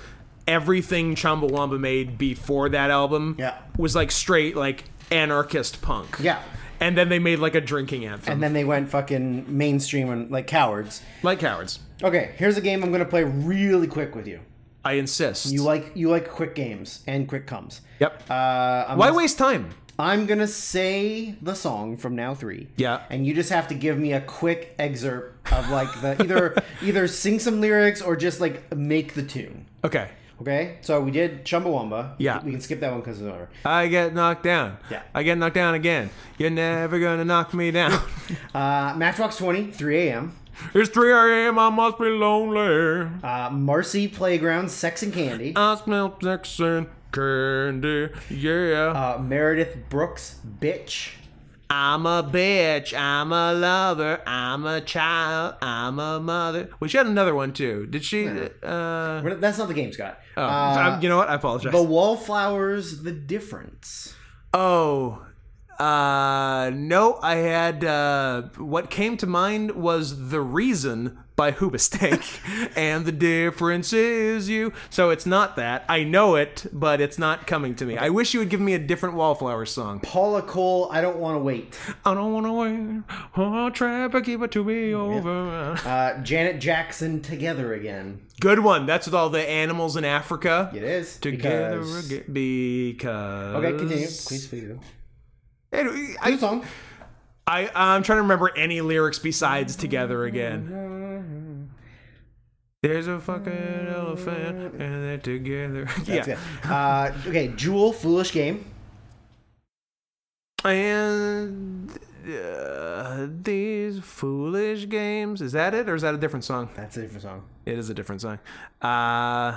everything Chumbawamba made before that album Yeah. was like straight like anarchist punk. yeah. and then they made like a drinking anthem, And then they went fucking mainstream and like cowards. like cowards. Okay, here's a game I'm gonna play really quick with you. I insist. You like you like quick games and quick comes. yep. Uh, I'm Why gonna- waste time? I'm gonna say the song from now three. Yeah. And you just have to give me a quick excerpt of like the either either sing some lyrics or just like make the tune. Okay. Okay. So we did Chumbawamba. Yeah. We can skip that one because it's over. I get knocked down. Yeah. I get knocked down again. You're never gonna knock me down. Uh, Matchbox Twenty, 3 a.m. it's 3 a.m. I must be lonely. Uh, Marcy Playground, Sex and Candy. I smell sex and candy, yeah. Uh, Meredith Brooks, Bitch. I'm a bitch, I'm a lover, I'm a child, I'm a mother. Well, she had another one too. Did she? Uh, We're not- That's not the game, Scott. oh, Uh, I'm- you know what? I apologize. the Wallflowers, The Difference. oh, uh, no, I had. Uh, what came to mind was The Reason by Hoobastank. and the difference is you. So it's not that. I know it, but it's not coming to me. I wish you would give me a different Wallflower song. Paula Cole, I Don't Want to Wait. I don't wanna wait Oh, for traffic keep it to be over. Uh, Janet Jackson, Together Again. Good one. That's with all the animals in Africa. It is. Together because- because... because Okay, continue. Please, please. Anyway, New I, song. I I'm trying to remember any lyrics besides "Together Again." There's a fucking elephant, and they're together. That's yeah. good. Uh, okay, Jewel, Foolish Game. And uh, these foolish games. Is that it, or is that a different song? That's a different song. It is a different song. Uh,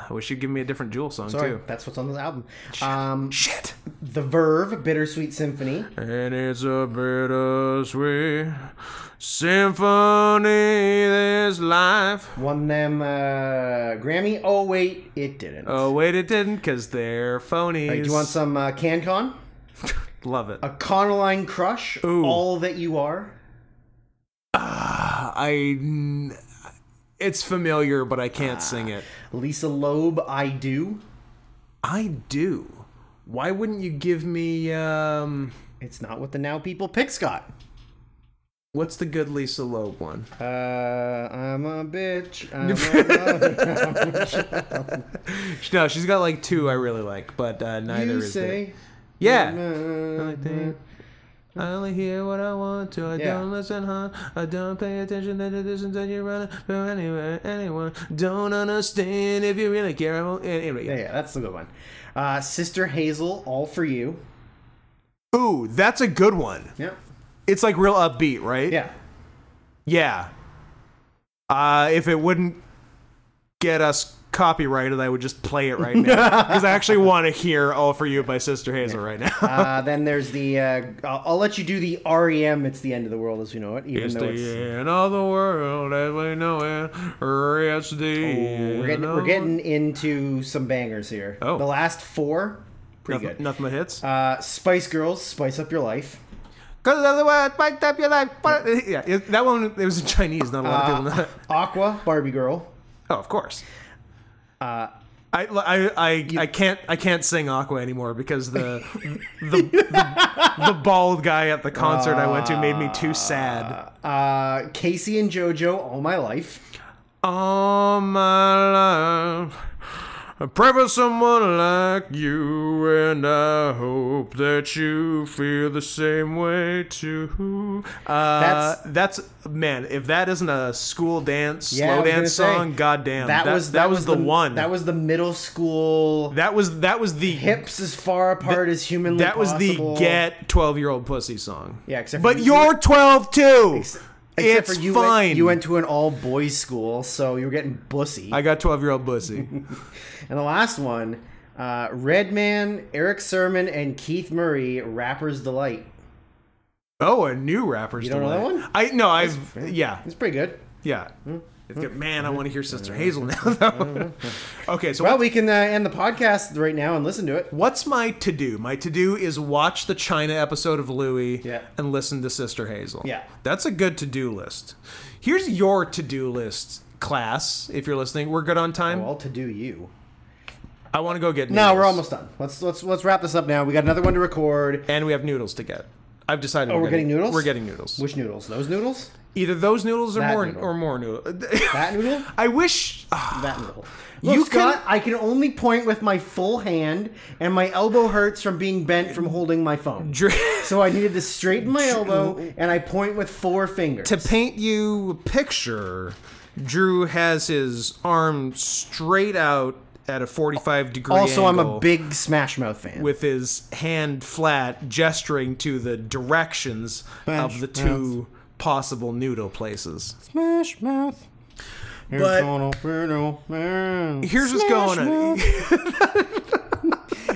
I wish you'd give me a different Jewel song Sorry, too. that's what's on the album. Um, Shit. the Verve, Bittersweet Symphony. And it's a bittersweet symphony. This life. Won them uh, Grammy. Oh wait, it didn't. Oh wait, it didn't, cause they're phonies. Do you want some uh, CanCon? Love it. A Conaline Crush. Ooh. All that you are. I. It's familiar, but I can't sing Ah. it. Lisa Loeb. I do. I do. Why wouldn't you give me um? It's not what the now people pick, Scott. What's the good Lisa Loeb one? Uh, I'm a bitch. I'm a No, she's got like two I really like, but uh, neither you is there. say. Yeah. uh, I only hear what I want to. I Yeah. don't listen, huh? I don't pay attention to the distance that you run from anywhere, anyone. Don't understand if you really care. I won't. Anyway, Yeah, yeah, that's the good one. Uh, Sister Hazel, all for you. Ooh, that's a good one. Yep. It's like real upbeat, right? Yeah. Yeah. Uh, if it wouldn't get us copyrighted, I would just play it right now because I actually want to hear "All for You" by Sister Hazel right now. Uh, then there's the. Uh, I'll, I'll let you do the REM. It's the end of the world as we know it, even It's though the it's. end of the world as we know it. Or It's the Oh, We're end getting, of we're getting into some bangers here. Oh. The last four, pretty nothing, good. nothing but hits. Uh, Spice Girls, Spice Up Your Life. Cause otherwise, spiked up your life. But- Yeah, it- that one it was in Chinese. Not a lot of Uh, people know that. Aqua, Barbie Girl. Oh, of course. Uh, I, I, I, I can't I can't sing Aqua anymore because the the, the, the bald guy at the concert I went to made me too sad. Uh, Casey and JoJo, All My Life. All my life, I pray for someone like you, and I hope that you feel the same way too. Uh, that's man, if that isn't a school dance, Yeah, I slow was gonna dance say, song, goddamn, That, was that, was, the, one. That was the middle school That was that was the hips as far apart as humanly that was possible. the get twelve year old pussy song. Yeah, except for but you- you're twelve too. Except it's for you fine. Went, you went to an all boys school, so you were getting bussy. I got twelve year old pussy. and the last one, uh, Redman, Eric Sermon, and Keith Murray, Rapper's Delight. oh, a new rapper's. You don't know that delight. one? Hmm? I no, I've yeah It's pretty good. yeah. It's good. Man, I want to hear Sister Hazel now. Though. okay, so Hmm? Well, we can uh, end the podcast right now and listen to it. what's my to do? My to do is watch the China episode of Louie Yeah. and listen to Sister Hazel. Yeah. That's a good to do list. Here's your to do list, class, if you're listening. We're good on time. Well, to do you. I want to go get No, noodles. we're almost done. Let's let's let's wrap this up now. We got another one to record. And we have noodles to get. I've decided. Oh, we're getting noodles? We're getting noodles. Which noodles? Those noodles? Either those noodles or That more noodle. or more noodles. That noodle? I wish. ah, That noodle. Look, You Scott, can- I can only point with my full hand, and my elbow hurts from being bent from holding my phone. dr- So I needed to straighten my elbow, and I point with four fingers. to paint you a picture, Drew has his arm straight out at a 45 degree also, I'm a angle big Smash Mouth fan. with his hand flat, gesturing to the directions Smash of the two possible noodle places. Smash Mouth. But- Here's here's what's going on.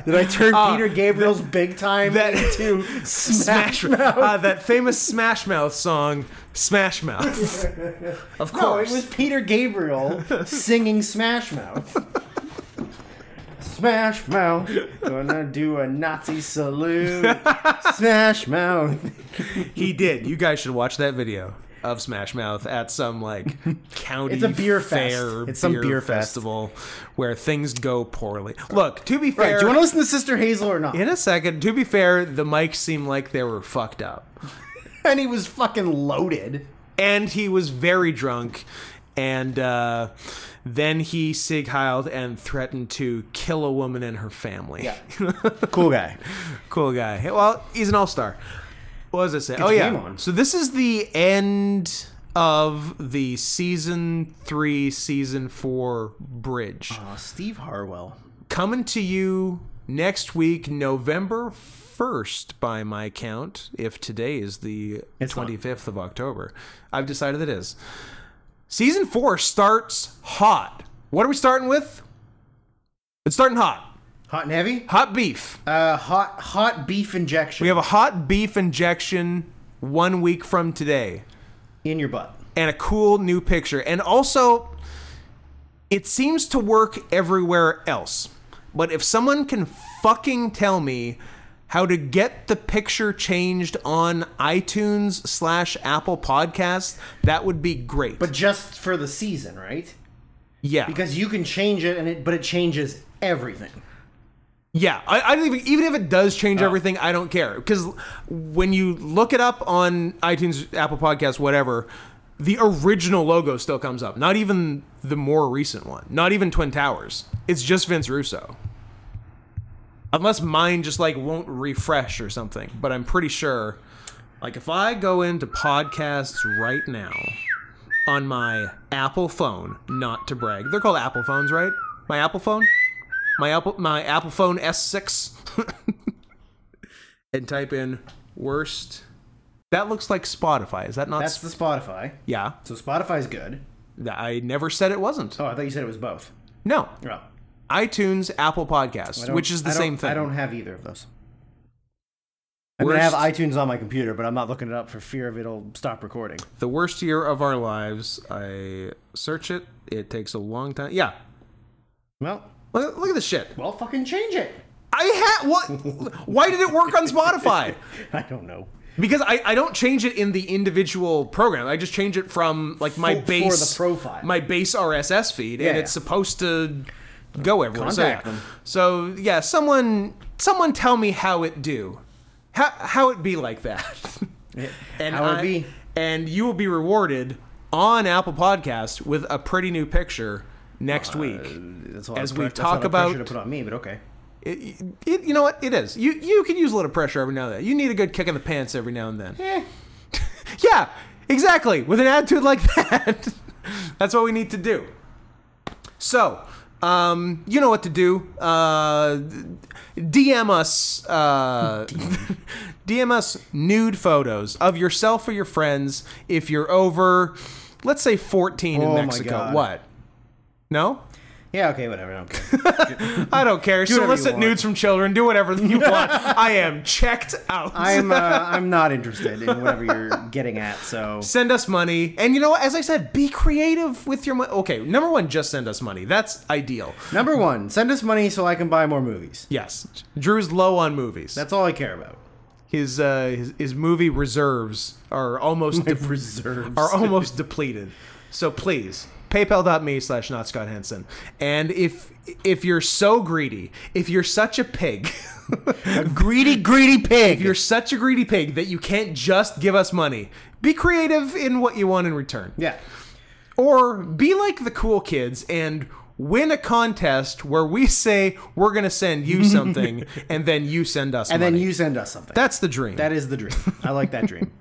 Did I turn Peter Gabriel's big time Uh, that- into Smash, Smash Mouth. Uh, that famous Smash Mouth song, Smash Mouth. of course. No, it was Peter Gabriel singing Smash Mouth. Smash Mouth, gonna do a Nazi salute. Smash Mouth. he did. You guys should watch that video of Smash Mouth at some like county It's a beer fest. fair It's some beer fest. festival where things go poorly. Look, to be All right, fair, do you want to listen to Sister Hazel or not? in a second, to be fair, the mics seemed like they were fucked up. And he was fucking loaded. And he was very drunk and uh then he sig heiled and threatened to kill a woman and her family. Yeah. Cool guy. cool guy. Hey, Well, he's an all star. What was I saying? oh yeah. game on. So this is the end of the season three, season four bridge. Uh, Steve Harwell. Coming to you next week, November 1st, by my count, if today is the It's not. 25th of October. I've decided it is. Season four starts hot. What are we starting with? It's starting hot. Hot and heavy. Hot beef. Uh, hot hot beef injection We have a hot beef injection one week from today. in your butt. and a cool new picture. And also, it seems to work everywhere else. But if someone can fucking tell me how to get the picture changed on iTunes slash Apple Podcasts, that would be great. But just for the season, right? yeah, Because you can change it, and it but it changes everything. yeah. I, I don't even even if it does change everything, I don't care because when you look it up on iTunes, Apple Podcasts, whatever. The original logo still comes up. Not even the more recent one. Not even Twin Towers. It's just Vince Russo. unless mine just like won't refresh or something but i'm pretty sure like if i go into podcasts right now on my apple phone not to brag they're called apple phones right my apple phone my apple my apple phone s6 and type in worst that looks like spotify is that not That's the Spotify. yeah So Spotify's good. i never said it wasn't Oh, I thought you said it was both. no Well, itunes apple I podcasts don't- which is the I don't- same thing I don't have either of those. I'm Worst- gonna have iTunes on my computer, but I'm not looking it up for fear of it'll stop recording. the worst year of our lives. I search it. It takes a long time. Yeah. Well, Look, look at this shit. well, fucking change it. I had what? Why did it work on Spotify? I don't know. Because I, I don't change it in the individual program. I just change it from like my For- for base the profile. my base RSS feed, Yeah, and yeah. it's supposed to go everywhere. So, Contact yeah. them. so yeah, someone someone tell me how it do, how how it be like that. and How it I- be. and you will be rewarded on Apple Podcast with a pretty new picture Uh, next week. That's a lot As of we pre- that's a talk lot of about- pressure to put on me, but okay. It, it, you know what? It is. You you can use a little pressure every now and then. You need a good kick in the pants every now and then. Eh, Yeah, exactly. With an attitude like that, that's what we need to do. So, um, you know what to do. Uh, DM us, uh, DM us nude photos of yourself or your friends if you're over, let's say 14 in Oh my Mexico. God. What? No, yeah, okay, whatever. I don't care. I don't care. whatever you Solicit want. nudes from children. Do whatever you want. I am checked out. I'm uh, I'm not interested in whatever you're getting at. So send us money and you know what as i said be creative with your money okay number one just send us money that's ideal number one, send us money so I can buy more movies. yes drew's low on movies That's all I care about. his uh his, his movie reserves are almost de- Reserves. are almost depleted so please paypal.me slash not scott henson and if if you're so greedy if you're such a pig greedy, greedy pig. you're such a greedy pig that you can't just give us money be creative in what you want in return yeah. Or be like the cool kids and win a contest where we say we're going to send you something and then you send us And money. then you send us something. that's the dream. that is the dream. I like that dream.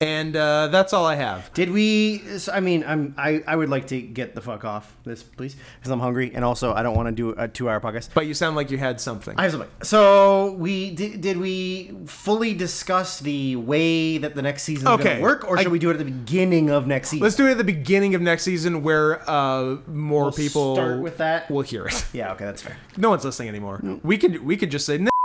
and uh, that's all I have. Did we? so, I mean, I'm. I, I would like to get the fuck off this, please, because I'm hungry, and also I don't want to do a two-hour podcast. But you sound like you had something. I have something. So we did. Did we fully discuss the way that the next season is going Okay. to work, or I- should we do it at the beginning of next season? Let's do it at the beginning of next season where uh, more people start with that. will hear it. yeah. Okay, that's fair. No one's listening anymore. We could we could just say no.